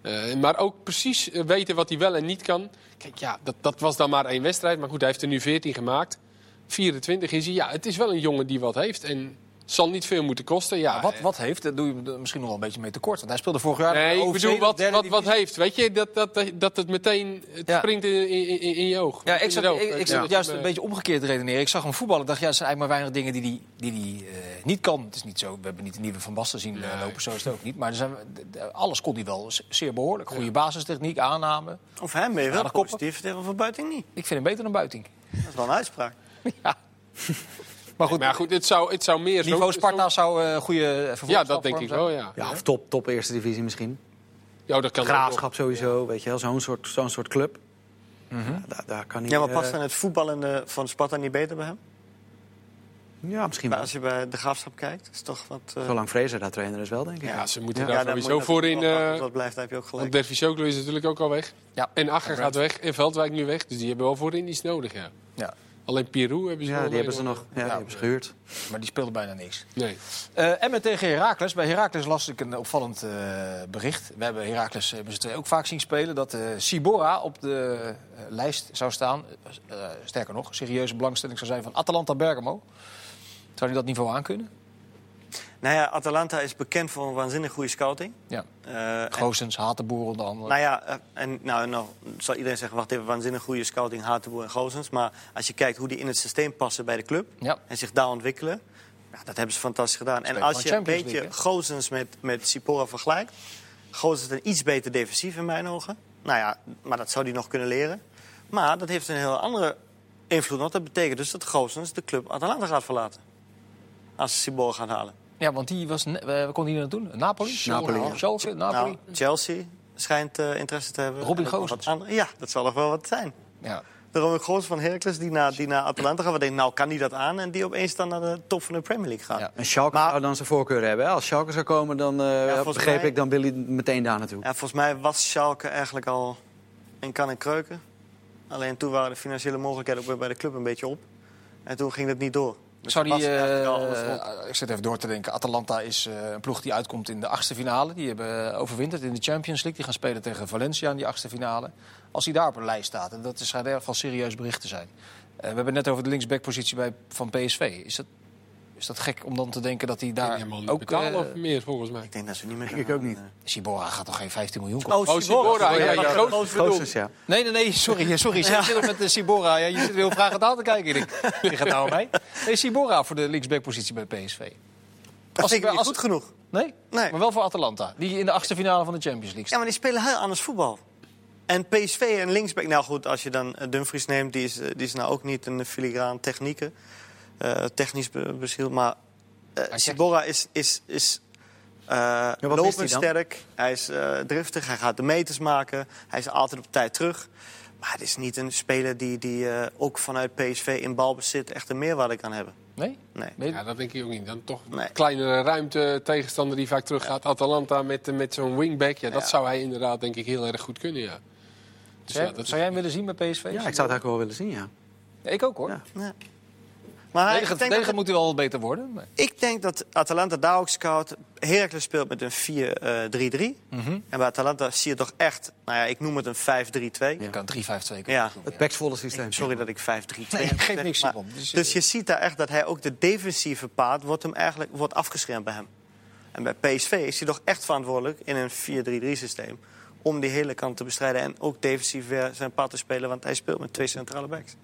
[SPEAKER 3] Eh, maar ook precies eh, weten wat hij wel en niet kan. Kijk, ja, dat, dat was dan maar één wedstrijd. Maar goed, hij heeft er nu 14 gemaakt. 24 is hij. Ja, het is wel een jongen die wat heeft. En zal niet veel moeten kosten. Ja,
[SPEAKER 1] Maar Wat, wat heeft, daar doe je hem misschien nog wel een beetje mee tekort. Want hij speelde vorig jaar.
[SPEAKER 3] Nee, ik
[SPEAKER 1] OVC,
[SPEAKER 3] bedoel, wat,
[SPEAKER 1] derde
[SPEAKER 3] wat,
[SPEAKER 1] divisie.
[SPEAKER 3] wat heeft. Weet je, dat, dat, dat het meteen het
[SPEAKER 1] Ja.
[SPEAKER 3] springt in, in, in- in je oog.
[SPEAKER 1] Ja, ik
[SPEAKER 3] In
[SPEAKER 1] zag,
[SPEAKER 3] het oog.
[SPEAKER 1] ik, ik
[SPEAKER 3] Weet je,
[SPEAKER 1] zat
[SPEAKER 3] dat
[SPEAKER 1] juist
[SPEAKER 3] hem,
[SPEAKER 1] een
[SPEAKER 3] eh,
[SPEAKER 1] beetje omgekeerd te redeneren. Ik zag hem voetballen en dacht, ja, het zijn eigenlijk maar weinig dingen die hij die, die, eh, niet kan. Het is niet zo, we hebben niet de nieuwe Van Basten zien eh,
[SPEAKER 3] Nee.
[SPEAKER 1] lopen, zo is het ook niet. Maar er zijn, d- d- alles kon hij wel z- zeer behoorlijk. Goede basistechniek, aanname.
[SPEAKER 2] Of hem ben je wel
[SPEAKER 1] dat klopt.
[SPEAKER 2] positief, tegen Van Buiting niet.
[SPEAKER 1] Ik vind hem beter dan Buiting.
[SPEAKER 2] Dat is wel een uitspraak.
[SPEAKER 1] ja. Maar goed,
[SPEAKER 3] Maar ja, goed, het zou, het zou meer zo-
[SPEAKER 1] niveau
[SPEAKER 3] zo-
[SPEAKER 1] Sparta zou eh goede vervolgstap
[SPEAKER 3] Ja, dat denk
[SPEAKER 1] voor
[SPEAKER 3] ik
[SPEAKER 1] hem
[SPEAKER 3] wel, ja.
[SPEAKER 4] Ja, of top, top eerste divisie misschien.
[SPEAKER 3] Ja, dat kan ook nog.
[SPEAKER 4] Graafschap sowieso, weet je wel. Zo'n soort, zo'n soort club. Mhm. Ja, daar, daar kan hij...
[SPEAKER 2] Ja, maar
[SPEAKER 4] eh,
[SPEAKER 2] past dan het voetballende van Sparta niet beter bij hem?
[SPEAKER 4] Ja, misschien
[SPEAKER 2] Maar
[SPEAKER 4] wel.
[SPEAKER 2] als je bij de graafschap kijkt, is toch wat... eh,
[SPEAKER 4] Zolang Fraser daar trainer is wel, denk ik.
[SPEAKER 3] Ja, ze moeten
[SPEAKER 2] ja,
[SPEAKER 3] daar
[SPEAKER 2] dan moet je
[SPEAKER 3] sowieso
[SPEAKER 2] natuurlijk
[SPEAKER 3] voor in.
[SPEAKER 2] wel wachten tot
[SPEAKER 3] eh,
[SPEAKER 2] Dat blijft, daar heb je ook
[SPEAKER 3] want
[SPEAKER 2] gelijk.
[SPEAKER 3] Dervisoglu is natuurlijk ook al weg.
[SPEAKER 1] zijn. Ja.
[SPEAKER 3] En Acher gaat weg. En Veldwijk nu weg. Dus die hebben wel voorin iets nodig, ja.
[SPEAKER 1] ja.
[SPEAKER 3] Alleen Pirou hebben ze
[SPEAKER 4] Ja,
[SPEAKER 3] wel
[SPEAKER 4] die hebben ze
[SPEAKER 3] alleen
[SPEAKER 4] nog. Ja, die hebben ze gehuurd.
[SPEAKER 1] Maar die speelde bijna niks.
[SPEAKER 3] Nee.
[SPEAKER 1] Eh, en met tegen Herakles. Bij Herakles las ik een opvallend eh, bericht. We hebben Herakles eh, hebben ze twee ook vaak zien spelen. Dat eh Sibora op de eh, lijst zou staan. Eh, sterker nog, serieuze belangstelling zou zijn van Atalanta Bergamo. Zou hij dat niveau aankunnen?
[SPEAKER 2] Nou ja, Atalanta is bekend voor een waanzinnig goede scouting.
[SPEAKER 1] Ja.
[SPEAKER 2] Eh, en-
[SPEAKER 1] Goossens, Hatenboer onder andere.
[SPEAKER 2] Nou ja, eh, en nou, nou zal iedereen zeggen, wacht even, waanzinnig goede scouting, Hatenboer en Gozens. Maar als je kijkt hoe die in het systeem passen bij de club
[SPEAKER 1] Ja.
[SPEAKER 2] en zich daar ontwikkelen, ja, dat hebben ze fantastisch gedaan. En
[SPEAKER 1] Spelen
[SPEAKER 2] als
[SPEAKER 1] van
[SPEAKER 2] je een
[SPEAKER 1] Champions
[SPEAKER 2] beetje
[SPEAKER 1] League,
[SPEAKER 2] Gozens met, met Sipora vergelijkt, Gozens is een iets beter defensief in mijn ogen. Nou ja, maar dat zou hij nog kunnen leren. Maar dat heeft een heel andere invloed, want dat betekent dus dat Gozens de club Atalanta gaat verlaten. Als ze Sibora gaan halen.
[SPEAKER 1] Ja, want die was. ne- eh, Waar kon die naartoe? Napoli?
[SPEAKER 4] Napoli, ja.
[SPEAKER 1] Schalke, Napoli.
[SPEAKER 2] Nou, Chelsea schijnt eh, interesse te hebben.
[SPEAKER 1] Robin
[SPEAKER 2] En ook nog wat
[SPEAKER 1] Gosens.
[SPEAKER 2] andere- Ja, dat zal nog wel wat zijn.
[SPEAKER 4] Nou.
[SPEAKER 1] Ja.
[SPEAKER 2] De Robin Goos van Heracles die naar, die naar Atalanta gaat. We denken, nou kan die dat aan? En die opeens dan naar de top van de Premier League gaat.
[SPEAKER 1] Ja.
[SPEAKER 2] Ja.
[SPEAKER 4] En Schalke
[SPEAKER 2] Maar-
[SPEAKER 4] zou dan zijn voorkeur hebben. hè? Als Schalke zou komen, dan eh,
[SPEAKER 2] volgens
[SPEAKER 4] begreep
[SPEAKER 2] mij-
[SPEAKER 4] ik, dan wil hij meteen daar naartoe.
[SPEAKER 2] volgens mij was Schalke eigenlijk al in kan en kreuken. Alleen toen waren de financiële mogelijkheden ook weer bij de club een beetje op. En toen ging dat niet door. Dus
[SPEAKER 1] Zou
[SPEAKER 2] was
[SPEAKER 1] die,
[SPEAKER 2] eigenlijk al alles
[SPEAKER 1] eh,
[SPEAKER 2] rond.
[SPEAKER 1] ik zit even door te denken. Atalanta is eh, een ploeg die uitkomt in de achtste finale. Die hebben eh, overwinterd in de Champions League. Die gaan spelen tegen Valencia in die achtste finale. Als hij daar op een lijst staat, en dat is, schijnt in ieder geval serieus bericht te zijn. Eh, we hebben het net over de linksbackpositie bij, van PSV. Is dat, is dat gek om dan te denken dat hij daar
[SPEAKER 3] helemaal niet
[SPEAKER 1] ook...
[SPEAKER 3] betalen
[SPEAKER 1] eh,
[SPEAKER 3] of meer, volgens mij.
[SPEAKER 2] Ik denk dat ze niet meer
[SPEAKER 4] ik ook niet.
[SPEAKER 1] Sibora gaat toch geen 15 miljoen kosten?
[SPEAKER 2] Oh, Sibora.
[SPEAKER 3] Oh, Sibora.
[SPEAKER 2] Ja,
[SPEAKER 3] Ja, ja,
[SPEAKER 2] dat-
[SPEAKER 3] groot bedoel.
[SPEAKER 4] Goossens, ja.
[SPEAKER 1] Nee, nee, nee, sorry. sorry. Ik zit nog met eh, Sibora. Ja, je zit weer heel vragend aan te kijken. Ik denk, Je gaat nou mee. Nee, Sibora voor de linksbackpositie bij PSV.
[SPEAKER 2] Dat
[SPEAKER 1] als ik-
[SPEAKER 2] vind ik niet
[SPEAKER 1] als-
[SPEAKER 2] goed genoeg.
[SPEAKER 1] Nee?
[SPEAKER 2] Nee.
[SPEAKER 1] Maar wel voor Atalanta. Die in de achtste finale van de Champions League
[SPEAKER 2] Ja, maar die spelen heel anders voetbal. En PSV en linksback, nou goed, als je dan eh, Dumfries neemt, die is, eh, die is nou ook niet een filigraan technieken, eh, technisch be- beschild. Maar eh,
[SPEAKER 1] zegt-
[SPEAKER 2] Sibora is, is, is eh,
[SPEAKER 4] wat is hij
[SPEAKER 2] lopend
[SPEAKER 4] dan?
[SPEAKER 2] sterk, hij is eh, driftig, hij gaat de meters maken, hij is altijd op tijd terug. Maar het is niet een speler die, die eh, ook vanuit PSV in balbezit echt een meerwaarde kan hebben.
[SPEAKER 1] Nee?
[SPEAKER 2] Nee.
[SPEAKER 1] Nee?
[SPEAKER 3] Ja, dat denk ik ook niet. Dan toch
[SPEAKER 2] Nee.
[SPEAKER 3] een kleinere ruimte, tegenstander die vaak teruggaat. Atalanta met, eh, met zo'n wingback. Ja, dat
[SPEAKER 2] Ja.
[SPEAKER 3] zou hij inderdaad denk ik heel erg goed kunnen, ja. Dus
[SPEAKER 1] Zou,
[SPEAKER 3] ja, dat is-
[SPEAKER 1] zou jij hem willen zien bij PSV?
[SPEAKER 4] Ja, ik zou het eigenlijk wel willen zien, ja.
[SPEAKER 1] Ja, ik ook hoor.
[SPEAKER 4] Ja.
[SPEAKER 2] Ja. Maar hij-
[SPEAKER 1] Verdediger-
[SPEAKER 2] ik denk dat
[SPEAKER 1] verdediger moet hij wel wat beter worden. maar-
[SPEAKER 2] Ik denk dat Atalanta daar ook scout. Heracles speelt met een 4-3-3. En bij Atalanta zie je toch echt, nou ja, ik noem het een 5-3-2.
[SPEAKER 1] Je kan 3-5-2 kunnen.
[SPEAKER 2] Ja.
[SPEAKER 4] Het backsvolle systeem.
[SPEAKER 2] Sorry dat ik
[SPEAKER 1] Nee,
[SPEAKER 2] 5-3-2 heb
[SPEAKER 1] geeft
[SPEAKER 2] gezegd,
[SPEAKER 1] niks,
[SPEAKER 2] maar-
[SPEAKER 1] Simon. Dus,
[SPEAKER 2] Dus,
[SPEAKER 1] eh,
[SPEAKER 2] je ziet daar echt dat hij ook de defensieve paard wordt, hem eigenlijk, wordt afgeschermd bij hem. En bij PSV is hij toch echt verantwoordelijk in een 4-3-3 systeem. Om die hele kant te bestrijden en ook defensief weer zijn pad te spelen. Want hij speelt met twee centrale backs.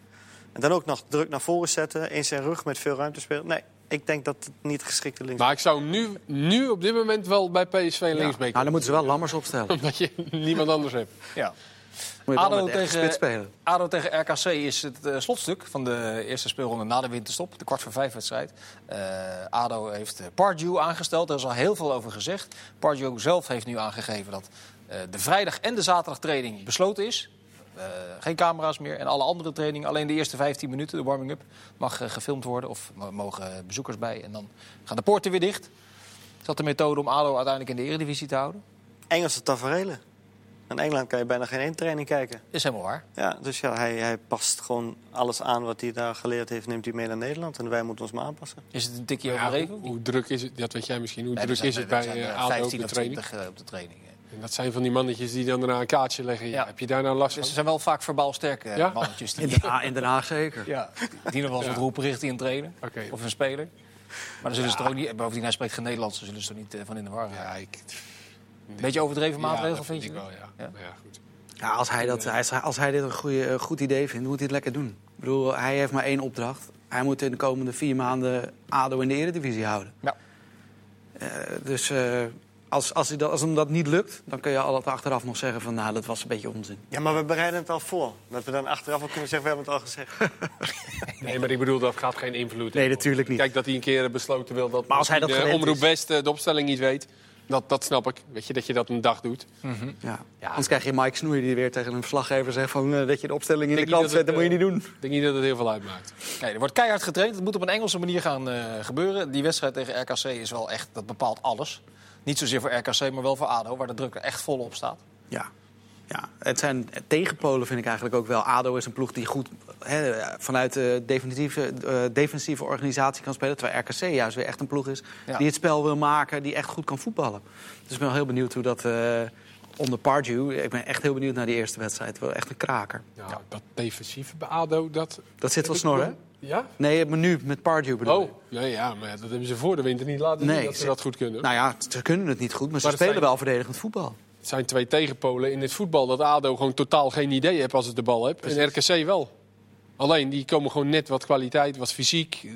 [SPEAKER 2] En dan ook nog druk naar voren zetten, in zijn rug met veel ruimte spelen. Nee, ik denk dat het niet geschikte links
[SPEAKER 3] Maar ik zou hem nu, nu op dit moment wel bij PSV linksback
[SPEAKER 4] Nou, dan moeten ze wel lammers opstellen.
[SPEAKER 3] Omdat je niemand anders hebt.
[SPEAKER 1] Ja.
[SPEAKER 4] Moet je
[SPEAKER 1] ADO
[SPEAKER 4] wel met de echte
[SPEAKER 1] tegen-
[SPEAKER 4] spits spelen.
[SPEAKER 1] ADO tegen RKC is het eh, slotstuk van de eerste speelronde na de winterstop. De kwart voor vijf wedstrijd. Eh, ADO heeft eh, Pardew aangesteld. Daar is al heel veel over gezegd. Pardew zelf heeft nu aangegeven dat eh, de vrijdag- en de zaterdagtraining besloten is. Eh, geen camera's meer en alle andere trainingen. Alleen de eerste 15 minuten, de warming-up, mag eh, gefilmd worden. Of m- mogen bezoekers bij. En dan gaan de poorten weer dicht. Is dat de methode om ADO uiteindelijk in de eredivisie te houden?
[SPEAKER 2] Engelse taferelen. In Engeland kan je bijna geen één training kijken.
[SPEAKER 1] Is helemaal waar.
[SPEAKER 2] Ja, dus ja, hij, hij past gewoon alles aan wat hij daar geleerd heeft, neemt hij mee naar Nederland. En wij moeten ons maar aanpassen.
[SPEAKER 1] Is het een tikje
[SPEAKER 3] Nou Ja,
[SPEAKER 1] overdreven?
[SPEAKER 3] hoe, hoe druk is het? Dat weet jij misschien. Hoe
[SPEAKER 1] Nee, er
[SPEAKER 3] druk
[SPEAKER 1] zijn-
[SPEAKER 3] is het
[SPEAKER 1] er
[SPEAKER 3] bij
[SPEAKER 1] zijn,
[SPEAKER 3] eh,
[SPEAKER 1] eh,
[SPEAKER 3] ADO op
[SPEAKER 1] 15
[SPEAKER 3] de
[SPEAKER 1] of
[SPEAKER 3] training?
[SPEAKER 1] 20 eh, op de training. eh.
[SPEAKER 3] En dat zijn van die mannetjes die dan daarna een kaartje leggen. Ja,
[SPEAKER 1] Ja.
[SPEAKER 3] Heb je daar nou last van?
[SPEAKER 1] Dus ze zijn wel vaak verbaal sterke eh,
[SPEAKER 3] Ja?
[SPEAKER 1] mannetjes
[SPEAKER 4] In,
[SPEAKER 1] die,
[SPEAKER 4] Den Haag- in Den Haag zeker.
[SPEAKER 1] ja, die nog wel eens wat roepen richting een trainer
[SPEAKER 3] Oké.
[SPEAKER 1] of een speler. Maar dan zullen ze er ook niet, eh, bovendien hij spreekt geen Nederlands, dus zullen ze er niet eh, van in de war.
[SPEAKER 3] Ja,
[SPEAKER 1] Een
[SPEAKER 3] ik,
[SPEAKER 1] Beetje overdreven
[SPEAKER 3] ja,
[SPEAKER 1] maatregel
[SPEAKER 3] dat
[SPEAKER 1] vind je?
[SPEAKER 3] ik wel,
[SPEAKER 1] niet?
[SPEAKER 3] ja.
[SPEAKER 1] Ja?
[SPEAKER 3] Maar ja, goed.
[SPEAKER 4] Ja, als, hij dat, hij- als hij dit een goede, eh, goed idee vindt, moet hij het lekker doen. Ik bedoel, hij heeft maar één opdracht. Hij moet in de komende vier maanden ADO in de eredivisie houden.
[SPEAKER 1] Ja.
[SPEAKER 4] Eh, dus eh, als, als, hij dat, als hem dat niet lukt, dan kun je al dat achteraf nog zeggen van... nou, dat was een beetje onzin.
[SPEAKER 2] Ja, maar we bereiden het al voor. Dat we dan achteraf ook kunnen zeggen, we hebben het al gezegd.
[SPEAKER 3] Nee, maar ik bedoel, dat gaat geen invloed hebben.
[SPEAKER 4] Nee, natuurlijk niet.
[SPEAKER 3] Kijk, dat hij een keer besloten wil dat
[SPEAKER 4] Maar als hij dat
[SPEAKER 3] de
[SPEAKER 4] gewend
[SPEAKER 3] omroep
[SPEAKER 4] is.
[SPEAKER 3] best eh, de opstelling niet weet. Dat, dat snap ik. Weet je, dat je dat een dag doet.
[SPEAKER 4] Ja. Anders krijg je Mike Snoei die weer tegen een verslaggever zegt... Van, eh, dat je de opstelling in
[SPEAKER 3] Denk
[SPEAKER 4] de
[SPEAKER 3] niet
[SPEAKER 4] kant
[SPEAKER 3] dat
[SPEAKER 4] zet,
[SPEAKER 3] het,
[SPEAKER 4] dat moet je niet
[SPEAKER 3] eh,
[SPEAKER 4] doen.
[SPEAKER 3] Ik denk niet dat het heel veel uitmaakt.
[SPEAKER 1] Nee, er wordt keihard getraind, het moet op een Engelse manier gaan eh, gebeuren. Die wedstrijd tegen RKC is wel echt, dat bepaalt alles. Niet zozeer voor RKC, maar wel voor ADO, waar de druk er echt vol op staat.
[SPEAKER 4] Ja. ja. Het zijn tegenpolen, vind ik eigenlijk ook wel. ADO is een ploeg die goed hè, vanuit de definitieve, eh, defensieve organisatie kan spelen. Terwijl RKC juist weer echt een ploeg is
[SPEAKER 1] Ja.
[SPEAKER 4] die het spel wil maken, die echt goed kan voetballen. Dus ik ben wel heel benieuwd hoe dat eh, onder Pardew... Ik ben echt heel benieuwd naar die eerste wedstrijd. Wel echt een kraker.
[SPEAKER 3] Ja, Dat defensieve bij ADO, dat...
[SPEAKER 4] Dat zit wel snor, hè?
[SPEAKER 3] Ja?
[SPEAKER 4] Nee, maar nu met Pardew bedoel ik.
[SPEAKER 3] Oh, nee, ja, maar dat hebben ze voor de winter niet laten
[SPEAKER 4] Nee,
[SPEAKER 3] zien dat ze
[SPEAKER 4] ze-
[SPEAKER 3] dat goed kunnen.
[SPEAKER 4] Nou ja, ze kunnen het niet goed, maar,
[SPEAKER 3] Maar
[SPEAKER 4] ze
[SPEAKER 3] dat
[SPEAKER 4] spelen
[SPEAKER 3] zijn-
[SPEAKER 4] wel verdedigend voetbal.
[SPEAKER 3] Het zijn twee tegenpolen in het voetbal dat ADO gewoon totaal geen idee heeft als het de bal heeft. En RKC wel. Alleen, die komen gewoon net wat kwaliteit, wat fysiek, eh,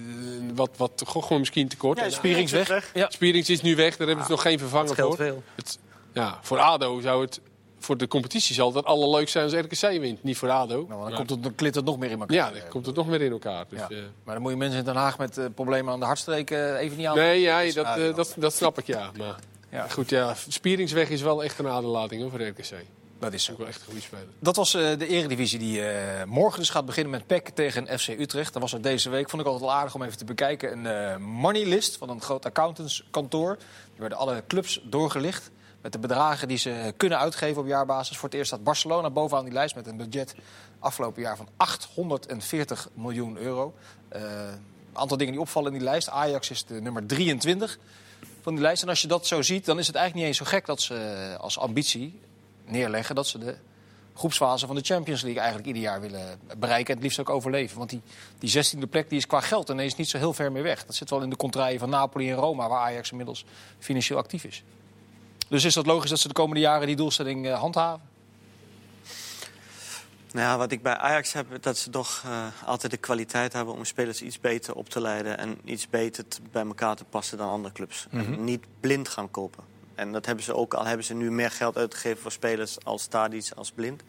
[SPEAKER 3] wat, wat Gochem misschien tekort.
[SPEAKER 2] Ja,
[SPEAKER 3] En
[SPEAKER 1] Spierings weg.
[SPEAKER 2] Weg.
[SPEAKER 1] Ja.
[SPEAKER 3] Spierings is nu weg, daar hebben ze nog geen vervanger
[SPEAKER 4] Dat geldt
[SPEAKER 3] voor.
[SPEAKER 4] veel.
[SPEAKER 3] Het, ja, voor ADO zou het, voor de competitie zal het het allerleukst zijn als RKC wint. Niet voor ADO.
[SPEAKER 1] Nou,
[SPEAKER 3] Maar-
[SPEAKER 1] dan, komt het, dan klit het nog meer in elkaar.
[SPEAKER 3] ja, dan komt het nog meer in elkaar. Dus,
[SPEAKER 1] Ja.
[SPEAKER 3] eh,
[SPEAKER 1] Maar dan moet je mensen in Den Haag met eh, problemen aan de hartstreek eh, even niet aan.
[SPEAKER 3] nee, ja, dat,
[SPEAKER 1] Ah,
[SPEAKER 3] eh,
[SPEAKER 1] ja.
[SPEAKER 3] dat, dat snap ik, ja. Maar
[SPEAKER 1] Ja.
[SPEAKER 3] goed, ja, Spieringsweg is wel echt een aderlating hoor, voor RKC.
[SPEAKER 1] Dat is zo.
[SPEAKER 3] Ook wel echt een goede speler.
[SPEAKER 1] Dat was eh, de eredivisie die eh, morgen dus gaat beginnen met PEC tegen FC Utrecht. Dat was er deze week. Vond ik altijd wel aardig om even te bekijken. Een eh money list van een groot accountantskantoor. Er werden alle clubs doorgelicht met de bedragen die ze kunnen uitgeven op jaarbasis. Voor het eerst staat Barcelona bovenaan die lijst met een budget afgelopen jaar van 840 miljoen euro. Eh, een aantal dingen die opvallen in die lijst. Ajax is de nummer 23 van die lijst. En als je dat zo ziet, dan is het eigenlijk niet eens zo gek dat ze eh, als ambitie neerleggen dat ze de groepsfase van de Champions League eigenlijk ieder jaar willen bereiken. En het liefst ook overleven. Want die, die 16e plek die is qua geld ineens niet zo heel ver meer weg. Dat zit wel in de contraien van Napoli en Roma, waar Ajax inmiddels financieel actief is. Dus is dat logisch dat ze de komende jaren die doelstelling eh, handhaven?
[SPEAKER 2] Nou ja, wat ik bij Ajax heb, dat ze toch eh, altijd de kwaliteit hebben om spelers iets beter op te leiden en iets beter te- bij elkaar te passen dan andere clubs. En niet blind gaan kopen. En dat hebben ze ook, al hebben ze nu meer geld uitgegeven voor spelers als Tadic, als blind.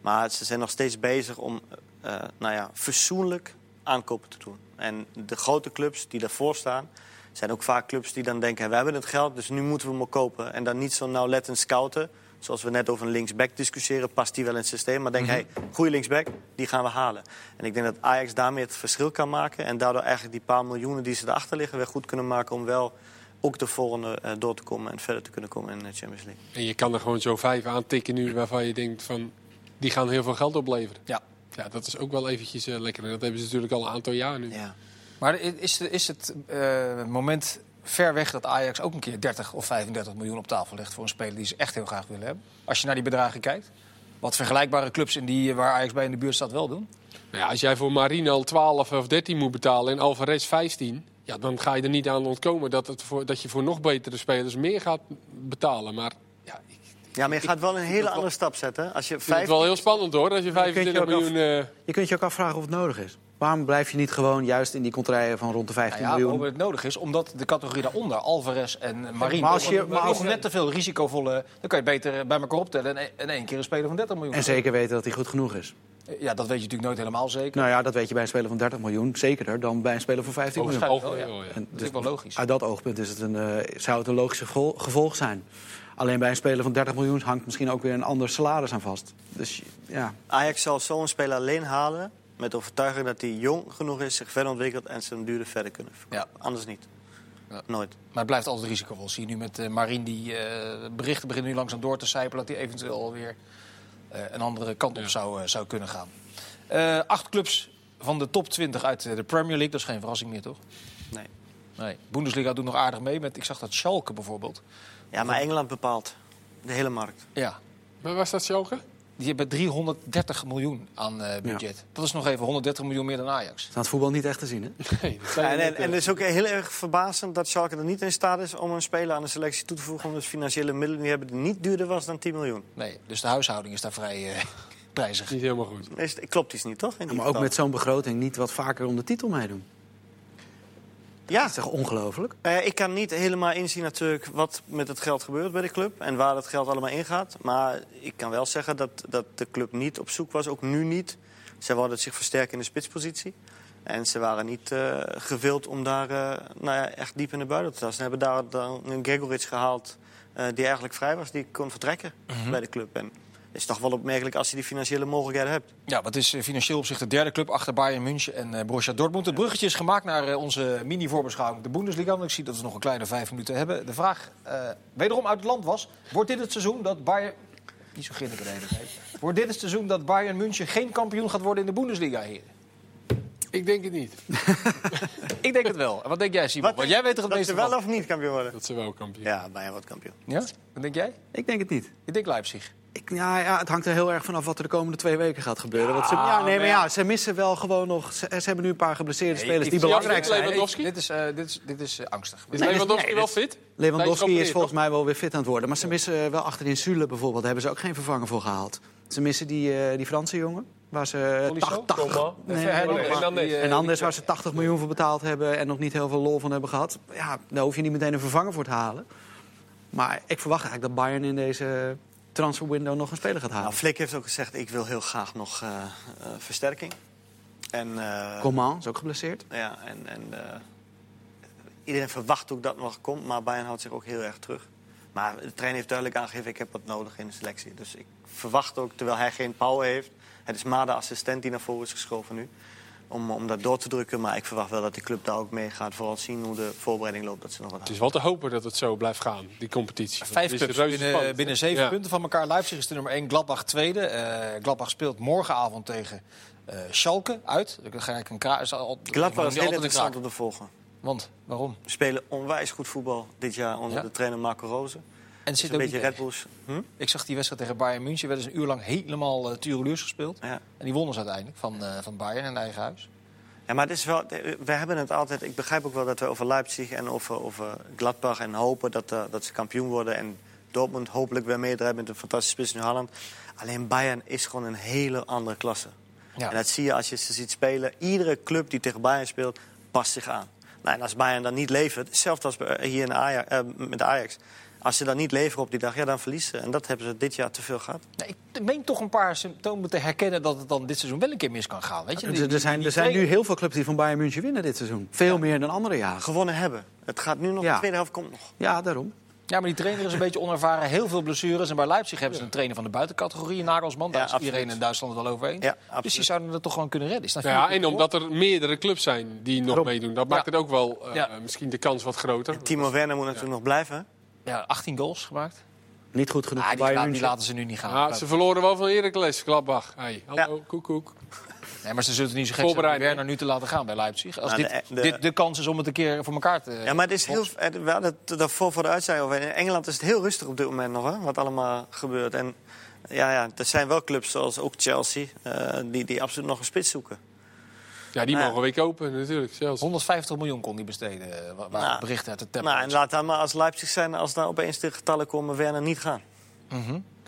[SPEAKER 2] Maar ze zijn nog steeds bezig om eh, nou ja, verzoenlijk aankopen te doen. En de grote clubs die daarvoor staan, zijn ook vaak clubs die dan denken: we hebben het geld, dus nu moeten we hem ook kopen. En dan niet zo nauwlettend scouten. Zoals we net over een linksback discussiëren, past die wel in het systeem. Maar denk,
[SPEAKER 3] Mhm.
[SPEAKER 2] hey, goede linksback, die gaan we halen. En ik denk dat Ajax daarmee het verschil kan maken. En daardoor eigenlijk die paar miljoenen die ze erachter liggen weer goed kunnen maken. Om wel ook de volgende eh, door te komen en verder te kunnen komen in de Champions League.
[SPEAKER 3] En je kan er gewoon zo vijf aantikken nu waarvan je denkt van die gaan heel veel geld opleveren.
[SPEAKER 1] Ja.
[SPEAKER 3] Ja, dat is ook wel eventjes eh, lekker. En dat hebben ze natuurlijk al een aantal jaar nu.
[SPEAKER 2] Ja.
[SPEAKER 1] Maar i- is, de- is het eh, moment ver weg dat Ajax ook een keer 30 of 35 miljoen op tafel legt voor een speler die ze echt heel graag willen hebben? Als je naar die bedragen kijkt. Wat vergelijkbare clubs in die, eh, waar Ajax bij in de buurt staat wel doen.
[SPEAKER 3] Nou ja, als jij voor Marino 12 of 13 moet betalen en Alvarez 15, ja, dan ga je er niet aan ontkomen dat, het voor, dat je voor nog betere spelers meer gaat betalen. Maar ja, ik vind
[SPEAKER 2] ja, maar je gaat wel een hele andere stap zetten. hè. Als je
[SPEAKER 3] het
[SPEAKER 2] vijf...
[SPEAKER 3] wel heel spannend hoor, als je
[SPEAKER 4] kun je
[SPEAKER 3] 25
[SPEAKER 4] ook af-
[SPEAKER 3] miljoen... eh,
[SPEAKER 4] Je kunt je ook afvragen of het nodig is. Waarom blijf je niet gewoon juist in die contraien van rond de
[SPEAKER 1] Nou
[SPEAKER 4] 15
[SPEAKER 1] ja,
[SPEAKER 4] miljoen?
[SPEAKER 1] waarom het nodig is, omdat de categorie daaronder, Alvarez en Marine,
[SPEAKER 4] maar als je-
[SPEAKER 1] nog-
[SPEAKER 4] maar als-
[SPEAKER 1] nog net te veel risicovolle... Dan kan je beter eh, bij elkaar optellen en, en één keer een speler van 30 miljoen.
[SPEAKER 4] En zeker weten dat hij goed genoeg is.
[SPEAKER 1] Ja, dat weet je natuurlijk nooit helemaal zeker.
[SPEAKER 4] Nou ja, dat weet je bij een speler van 30 miljoen zekerder dan bij een speler van 15 miljoen.
[SPEAKER 1] Waarschijnlijk
[SPEAKER 3] Alvarez,
[SPEAKER 1] wel,
[SPEAKER 3] oh ja.
[SPEAKER 4] En dus
[SPEAKER 1] Dat is wel logisch.
[SPEAKER 4] Uit dat oogpunt is het een, eh, zou het een logisch gevo- gevolg zijn. Alleen bij een speler van 30 miljoen hangt misschien ook weer een ander salaris aan vast. Dus ja,
[SPEAKER 2] Ajax zal zo'n speler alleen halen met de overtuiging dat hij jong genoeg is, zich verder ontwikkelt en zijn duurder verder kunnen verkopen.
[SPEAKER 1] Ja.
[SPEAKER 2] Anders niet.
[SPEAKER 1] Ja.
[SPEAKER 2] Nooit.
[SPEAKER 1] Maar het blijft altijd risicovol. Zie je nu met eh Marine, die eh, berichten beginnen nu langzaam door te sijpelen... dat hij eventueel alweer eh, een andere kant op
[SPEAKER 3] Ja.
[SPEAKER 1] zou, eh, zou kunnen gaan. Eh, acht clubs van de top 20 uit eh, de Premier League. Dat is geen verrassing meer, toch?
[SPEAKER 2] Nee.
[SPEAKER 1] Nee. Bundesliga doet nog aardig mee. Met, ik zag dat Schalke bijvoorbeeld.
[SPEAKER 2] Ja, maar Engeland bepaalt de hele markt.
[SPEAKER 1] Ja,
[SPEAKER 3] maar was dat Schalke?
[SPEAKER 1] Die hebben 330 miljoen aan eh, budget. Dat is nog even 130 miljoen meer dan Ajax.
[SPEAKER 4] staat voetbal niet echt te zien, hè?
[SPEAKER 3] Nee, dat zijn
[SPEAKER 2] En, en,
[SPEAKER 3] net, eh,
[SPEAKER 2] en het is ook heel erg verbazend dat Schalke er niet in staat is om een speler aan de selectie toe te voegen. Omdat ze financiële middelen die hebben die niet duurder was dan 10 miljoen.
[SPEAKER 1] Nee, dus de huishouding is daar vrij eh, prijzig.
[SPEAKER 3] niet helemaal goed.
[SPEAKER 2] Is, klopt iets niet, toch? In die
[SPEAKER 4] Maar ook
[SPEAKER 2] getal.
[SPEAKER 4] met zo'n begroting niet wat vaker om de titel meedoen.
[SPEAKER 2] Ja,
[SPEAKER 4] Dat is toch ongelooflijk?
[SPEAKER 2] Nou ja, ik kan niet helemaal inzien natuurlijk wat met het geld gebeurt bij de club en waar dat geld allemaal ingaat. Maar ik kan wel zeggen dat, dat de club niet op zoek was, ook nu niet. Ze wilden zich versterken in de spitspositie. En ze waren niet eh, gewild om daar eh, nou ja, echt diep in de buidel te tasten. Ze hebben daar dan een Gregoritsch gehaald eh, die eigenlijk vrij was. Die kon vertrekken bij de club. En het is toch wel opmerkelijk als je die financiële mogelijkheden hebt.
[SPEAKER 1] Ja, wat is eh, financieel op zich de derde club achter Bayern München en eh, Borussia Dortmund. Het bruggetje is gemaakt naar eh, onze mini-voorbeschouwing de Bundesliga. Want ik zie dat we nog een kleine vijf minuten hebben. De vraag eh, wederom uit het land was... Wordt dit het seizoen dat Bayern... Niet zo grinniken de hele tijd. Wordt dit het seizoen dat Bayern München geen kampioen gaat worden in de Bundesliga, heren?
[SPEAKER 3] Ik denk het niet.
[SPEAKER 1] Ik denk het wel. En wat denk jij, Simon? Want jij weet er het
[SPEAKER 2] dat ze
[SPEAKER 1] meeste
[SPEAKER 2] wel
[SPEAKER 1] van.
[SPEAKER 2] of niet kampioen worden?
[SPEAKER 3] Dat ze wel kampioen.
[SPEAKER 2] Ja, Bayern wordt kampioen.
[SPEAKER 1] Ja? Wat denk jij?
[SPEAKER 4] Ik denk het niet.
[SPEAKER 1] Ik denk Leipzig.
[SPEAKER 4] Ik, ja, ja, het hangt er heel erg vanaf wat er de komende twee weken gaat gebeuren. want ze, ja, nee,
[SPEAKER 1] maar
[SPEAKER 4] maar
[SPEAKER 1] ja.
[SPEAKER 4] ja, ze missen wel gewoon nog... Ze, ze hebben nu een paar geblesseerde spelers
[SPEAKER 1] ik-
[SPEAKER 4] die
[SPEAKER 1] ik-
[SPEAKER 4] belangrijk
[SPEAKER 3] ik-
[SPEAKER 4] zijn.
[SPEAKER 3] Lewandowski?
[SPEAKER 1] Dit is, eh, dit is, dit is eh, angstig.
[SPEAKER 3] Is
[SPEAKER 4] Nee, dus-
[SPEAKER 3] Lewandowski
[SPEAKER 4] nee,
[SPEAKER 3] wel
[SPEAKER 4] dat-
[SPEAKER 3] fit?
[SPEAKER 4] Lewandowski
[SPEAKER 3] Nee,
[SPEAKER 4] is volgens mij wel weer fit aan het worden. Maar ze missen eh, wel achterin Zule bijvoorbeeld. Daar hebben ze ook geen vervanger voor gehaald. Ze missen die, eh, die Franse jongen. Waar ze eh,
[SPEAKER 1] Tolisso?
[SPEAKER 4] 80
[SPEAKER 3] Coman?
[SPEAKER 4] Nee,
[SPEAKER 1] Even Hernandez.
[SPEAKER 3] nee, en dan
[SPEAKER 1] Die,
[SPEAKER 3] deze.
[SPEAKER 1] eh,
[SPEAKER 4] en anders waar ze 80 miljoen voor betaald hebben en nog niet heel veel lol van hebben gehad. Ja, daar hoef je niet meteen een vervanger voor te halen. Maar ik verwacht eigenlijk dat Bayern in deze transferwindow nog een speler gaat
[SPEAKER 3] Ah.
[SPEAKER 4] halen.
[SPEAKER 2] Nou, Flick heeft ook gezegd, ik wil heel graag nog eh, eh, versterking. En, eh,
[SPEAKER 4] Coman is ook geblesseerd.
[SPEAKER 2] ja, en, en eh, iedereen verwacht ook dat het nog komt, maar Bayern houdt zich ook heel erg terug. Maar de trainer heeft duidelijk aangegeven, ik heb wat nodig in de selectie. Dus ik verwacht ook, terwijl hij geen power heeft... Het is maar de assistent die naar voren is geschoven nu. Om, om dat door te drukken, maar ik verwacht wel dat de club daar ook mee gaat. Vooral zien hoe de voorbereiding loopt, dat ze nog wat
[SPEAKER 3] Het
[SPEAKER 2] halen.
[SPEAKER 3] is wel te hopen dat het zo blijft gaan, die competitie. Want
[SPEAKER 1] Vijf
[SPEAKER 3] het is
[SPEAKER 1] clubs
[SPEAKER 3] reuze
[SPEAKER 1] binnen,
[SPEAKER 3] spannend.
[SPEAKER 1] binnen zeven
[SPEAKER 3] Ja.
[SPEAKER 1] punten van elkaar. Leipzig is de nummer één, Gladbach tweede. Eh, Gladbach speelt morgenavond tegen eh, Schalke uit. Dan ga ik een kra- is al-
[SPEAKER 2] Gladbach is
[SPEAKER 1] die
[SPEAKER 2] heel
[SPEAKER 1] altijd een
[SPEAKER 2] interessant
[SPEAKER 1] kraak.
[SPEAKER 2] om te volgen.
[SPEAKER 1] Want, waarom?
[SPEAKER 2] We spelen onwijs goed voetbal dit jaar onder
[SPEAKER 1] Ja.
[SPEAKER 2] de trainer Marco Rose.
[SPEAKER 1] En
[SPEAKER 2] Het
[SPEAKER 1] zit
[SPEAKER 2] is een
[SPEAKER 1] ook
[SPEAKER 2] beetje
[SPEAKER 1] niet
[SPEAKER 2] Red
[SPEAKER 1] erg.
[SPEAKER 2] Bulls. Hm?
[SPEAKER 1] Ik zag die wedstrijd tegen Bayern München. Werden ze een uur lang helemaal uh, gespeeld.
[SPEAKER 2] Ja.
[SPEAKER 1] En die wonnen ze uiteindelijk van, eh, van Bayern in eigen huis.
[SPEAKER 2] Ja, maar het is wel, we hebben het altijd. Ik begrijp ook wel dat we over Leipzig en over, over Gladbach en hopen dat, eh, dat ze kampioen worden. En Dortmund hopelijk weer meedraait met een fantastische spits in Holland. Alleen Bayern is gewoon een hele andere klasse.
[SPEAKER 1] Ja.
[SPEAKER 2] En dat zie je als je ze ziet spelen. Iedere club die tegen Bayern speelt, past zich aan. Nou, en als Bayern dan niet levert, hetzelfde als bij- hier in Ajax, eh, met Ajax. Als ze dan niet leveren op die dag, ja, dan verliezen ze. En dat hebben ze dit jaar te veel gehad.
[SPEAKER 1] Nou, ik meen toch een paar symptomen te herkennen dat het dan dit seizoen wel een keer mis kan gaan. Weet je? Die-
[SPEAKER 4] Er, er zijn,
[SPEAKER 1] die
[SPEAKER 4] er zijn nu
[SPEAKER 1] trainer-
[SPEAKER 4] heel veel clubs die van Bayern München winnen dit seizoen. Veel meer dan andere jaren.
[SPEAKER 2] Gewonnen hebben. Het gaat nu nog,
[SPEAKER 4] Ja.
[SPEAKER 2] de tweede helft komt nog.
[SPEAKER 4] Ja, daarom.
[SPEAKER 1] Ja, maar die trainer is een beetje onervaren. Heel veel blessures. En bij Leipzig hebben ze een trainer van de buitencategorie, Nagelsman. Daar
[SPEAKER 2] Ja,
[SPEAKER 1] is
[SPEAKER 2] absoluut.
[SPEAKER 1] iedereen in Duitsland het wel over eens.
[SPEAKER 2] Ja,
[SPEAKER 1] dus die
[SPEAKER 2] absoluut.
[SPEAKER 1] zouden dat toch gewoon kunnen redden. Is dat
[SPEAKER 3] Nou
[SPEAKER 1] vier
[SPEAKER 3] ja,
[SPEAKER 1] punten
[SPEAKER 3] en omdat er meerdere clubs zijn die nog
[SPEAKER 4] Daarom.
[SPEAKER 3] meedoen. Dat maakt
[SPEAKER 1] Ja.
[SPEAKER 3] het ook wel eh,
[SPEAKER 1] Ja.
[SPEAKER 3] misschien de kans wat groter.
[SPEAKER 2] Timo Werner moet natuurlijk nog blijven.
[SPEAKER 1] voor? Ja, 18 goals gemaakt.
[SPEAKER 4] Niet goed genoeg
[SPEAKER 1] Ah,
[SPEAKER 4] voor
[SPEAKER 1] die,
[SPEAKER 4] Bayern
[SPEAKER 1] la- die
[SPEAKER 4] München.
[SPEAKER 1] laten ze nu niet gaan.
[SPEAKER 3] Ah, ze verloren wel van Heracles, Gladbach. Hey, hallo,
[SPEAKER 2] Ja.
[SPEAKER 3] koekoek.
[SPEAKER 1] Nee, maar ze zullen het niet zo gek zijn om
[SPEAKER 3] Voorbereiding,
[SPEAKER 1] Werner nu te laten gaan bij Leipzig. Als
[SPEAKER 2] Nou,
[SPEAKER 1] dit,
[SPEAKER 2] de- de-
[SPEAKER 1] dit de kans is om het een keer voor elkaar te...
[SPEAKER 2] Ja, maar het is heel. eh, We hadden het daarvoor voor de uitzending over. In Engeland is het heel rustig op dit moment nog, hè, wat allemaal gebeurt. En ja, ja, er zijn wel clubs zoals ook Chelsea, eh, die, die absoluut nog een spits zoeken.
[SPEAKER 3] Ja, die
[SPEAKER 2] Nou ja.
[SPEAKER 3] mogen we weer kopen natuurlijk zelfs.
[SPEAKER 1] 150 miljoen kon hij besteden, eh, wa- waren
[SPEAKER 2] Nou,
[SPEAKER 1] berichten uit de tabloids.
[SPEAKER 2] Nou, en laat dan maar als Leipzig zijn, als daar opeens de getallen komen, Werner niet gaan.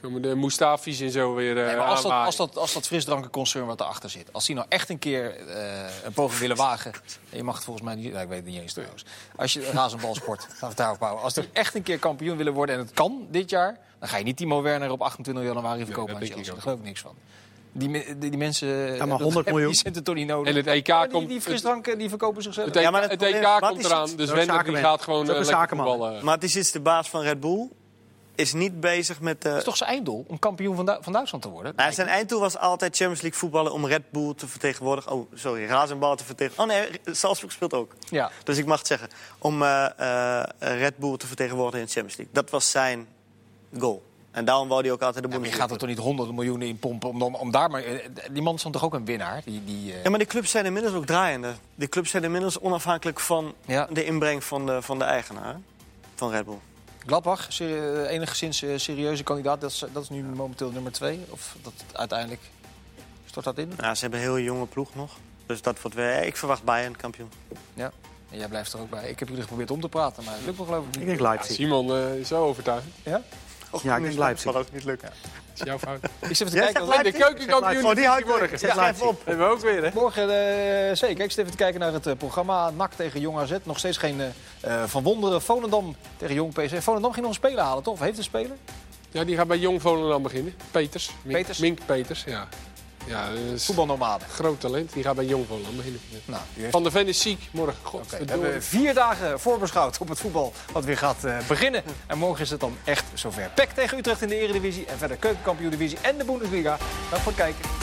[SPEAKER 3] Komen de Mustafi's en zo weer eh
[SPEAKER 1] Nee, maar als dat,
[SPEAKER 3] aanwaaien.
[SPEAKER 1] als, dat, als dat frisdrankenconcern wat erachter zit, als die nou echt een keer eh, een poging willen wagen. Je mag het volgens mij niet, nou, ik weet het niet eens trouwens. Als je razenbalsport, laten we het daarop houden. Als ze echt een keer kampioen willen worden en het kan dit jaar, dan ga je niet Timo Werner op 28 januari verkopen
[SPEAKER 3] dat
[SPEAKER 1] aan
[SPEAKER 3] denk ik
[SPEAKER 1] Chelsea. Daar
[SPEAKER 3] ook.
[SPEAKER 1] geloof ik niks van. Die, me- die, die mensen. eh,
[SPEAKER 4] maar
[SPEAKER 1] dat
[SPEAKER 4] 100
[SPEAKER 1] hebben
[SPEAKER 4] miljoen.
[SPEAKER 1] Die centen toch niet nodig.
[SPEAKER 3] En het EK
[SPEAKER 1] Maar die,
[SPEAKER 3] komt-
[SPEAKER 1] Die frisdranken die verkopen zichzelf.
[SPEAKER 3] het E EK,
[SPEAKER 2] Ja, maar dat
[SPEAKER 3] het
[SPEAKER 2] probleem
[SPEAKER 3] EK
[SPEAKER 2] is, wat
[SPEAKER 3] komt
[SPEAKER 2] is
[SPEAKER 3] eraan,
[SPEAKER 2] het?
[SPEAKER 3] dus
[SPEAKER 4] Zo'n
[SPEAKER 3] Wender die
[SPEAKER 4] zakenman.
[SPEAKER 3] gaat gewoon
[SPEAKER 4] Zo'n
[SPEAKER 3] eh, lekker
[SPEAKER 4] zakenman.
[SPEAKER 3] voetballen.
[SPEAKER 2] Maar het is iets de baas van Red Bull, is niet bezig met. eh,
[SPEAKER 1] is toch zijn einddoel om kampioen van, Du- van Duitsland te worden?
[SPEAKER 2] nou, zijn einddoel was altijd Champions League voetballen om Red Bull te vertegenwoordigen. Oh, sorry, Razenbal te vertegenwoordigen. Oh nee, Salzburg speelt ook.
[SPEAKER 1] Ja.
[SPEAKER 2] Dus ik mag het zeggen. Om eh, eh, Red Bull te vertegenwoordigen in de Champions League. Dat was zijn goal. En daarom wou hij ook altijd de
[SPEAKER 1] Ja, maar je
[SPEAKER 2] Bundesliga.
[SPEAKER 1] gaat er toch niet honderden miljoenen in pompen om, dan- om daar maar... eh, Die man is dan toch ook een winnaar? Die, die, eh,
[SPEAKER 2] Ja, maar de clubs zijn inmiddels ook draaiende. De clubs zijn inmiddels onafhankelijk van
[SPEAKER 1] Ja.
[SPEAKER 2] de inbreng van de, van de eigenaar. Van Red Bull.
[SPEAKER 1] Gladbach, ser- eh, enigszins eh, serieuze kandidaat. Dat is, eh, dat is nu momenteel nummer twee. Of dat uiteindelijk stort dat in.
[SPEAKER 2] Nou, ze hebben een heel jonge ploeg nog. Dus dat wordt weer... Ik verwacht Bayern kampioen.
[SPEAKER 1] Ja. En jij blijft er ook bij. Ik heb jullie geprobeerd om te praten, maar het lukt me geloof ik
[SPEAKER 4] Ik
[SPEAKER 1] niet.
[SPEAKER 4] denk
[SPEAKER 3] Ja,
[SPEAKER 4] Leipzig.
[SPEAKER 3] Simon eh, is zo overtuigend.
[SPEAKER 1] Ja?
[SPEAKER 4] Ja, ik denk Leipzig.
[SPEAKER 2] Dat ook niet lukken.
[SPEAKER 3] Dat is jouw fout.
[SPEAKER 1] Ik zit even te
[SPEAKER 2] Jij
[SPEAKER 1] kijken.
[SPEAKER 2] zegt
[SPEAKER 1] want-
[SPEAKER 3] En de
[SPEAKER 2] Leipzig?
[SPEAKER 3] keukenkampioen
[SPEAKER 2] Oh, die houdt
[SPEAKER 3] morgen.
[SPEAKER 2] morgen. Zet
[SPEAKER 4] Ja.
[SPEAKER 2] schrijf op.
[SPEAKER 3] Hebben we ook weer, hè?
[SPEAKER 1] Morgen eh, zeker. Ik zit even te kijken naar het eh, programma. NAC tegen Jong AZ. Nog steeds geen eh, eh, Van Wonderen. Volendam tegen Jong PSV. Volendam ging nog een speler halen, toch? Of heeft een speler?
[SPEAKER 3] Ja, die gaat bij Jong Volendam beginnen. Peters. Mink
[SPEAKER 1] Peters.
[SPEAKER 3] Peters, Peters ja. Ja, dat is een
[SPEAKER 1] Voetbalnomade.
[SPEAKER 3] groot talent. Die gaat bij Jong Volendam beginnen.
[SPEAKER 1] Nou, u heeft...
[SPEAKER 3] Van der Ven is ziek morgen.
[SPEAKER 1] Oké, we
[SPEAKER 3] Godverdomme.
[SPEAKER 1] hebben vier dagen voorbeschouwd op het voetbal wat weer gaat eh, beginnen. En morgen is het dan echt zover. PEC tegen Utrecht in de Eredivisie en verder Keukenkampioen Divisie en de Bundesliga. Dank voor het kijken.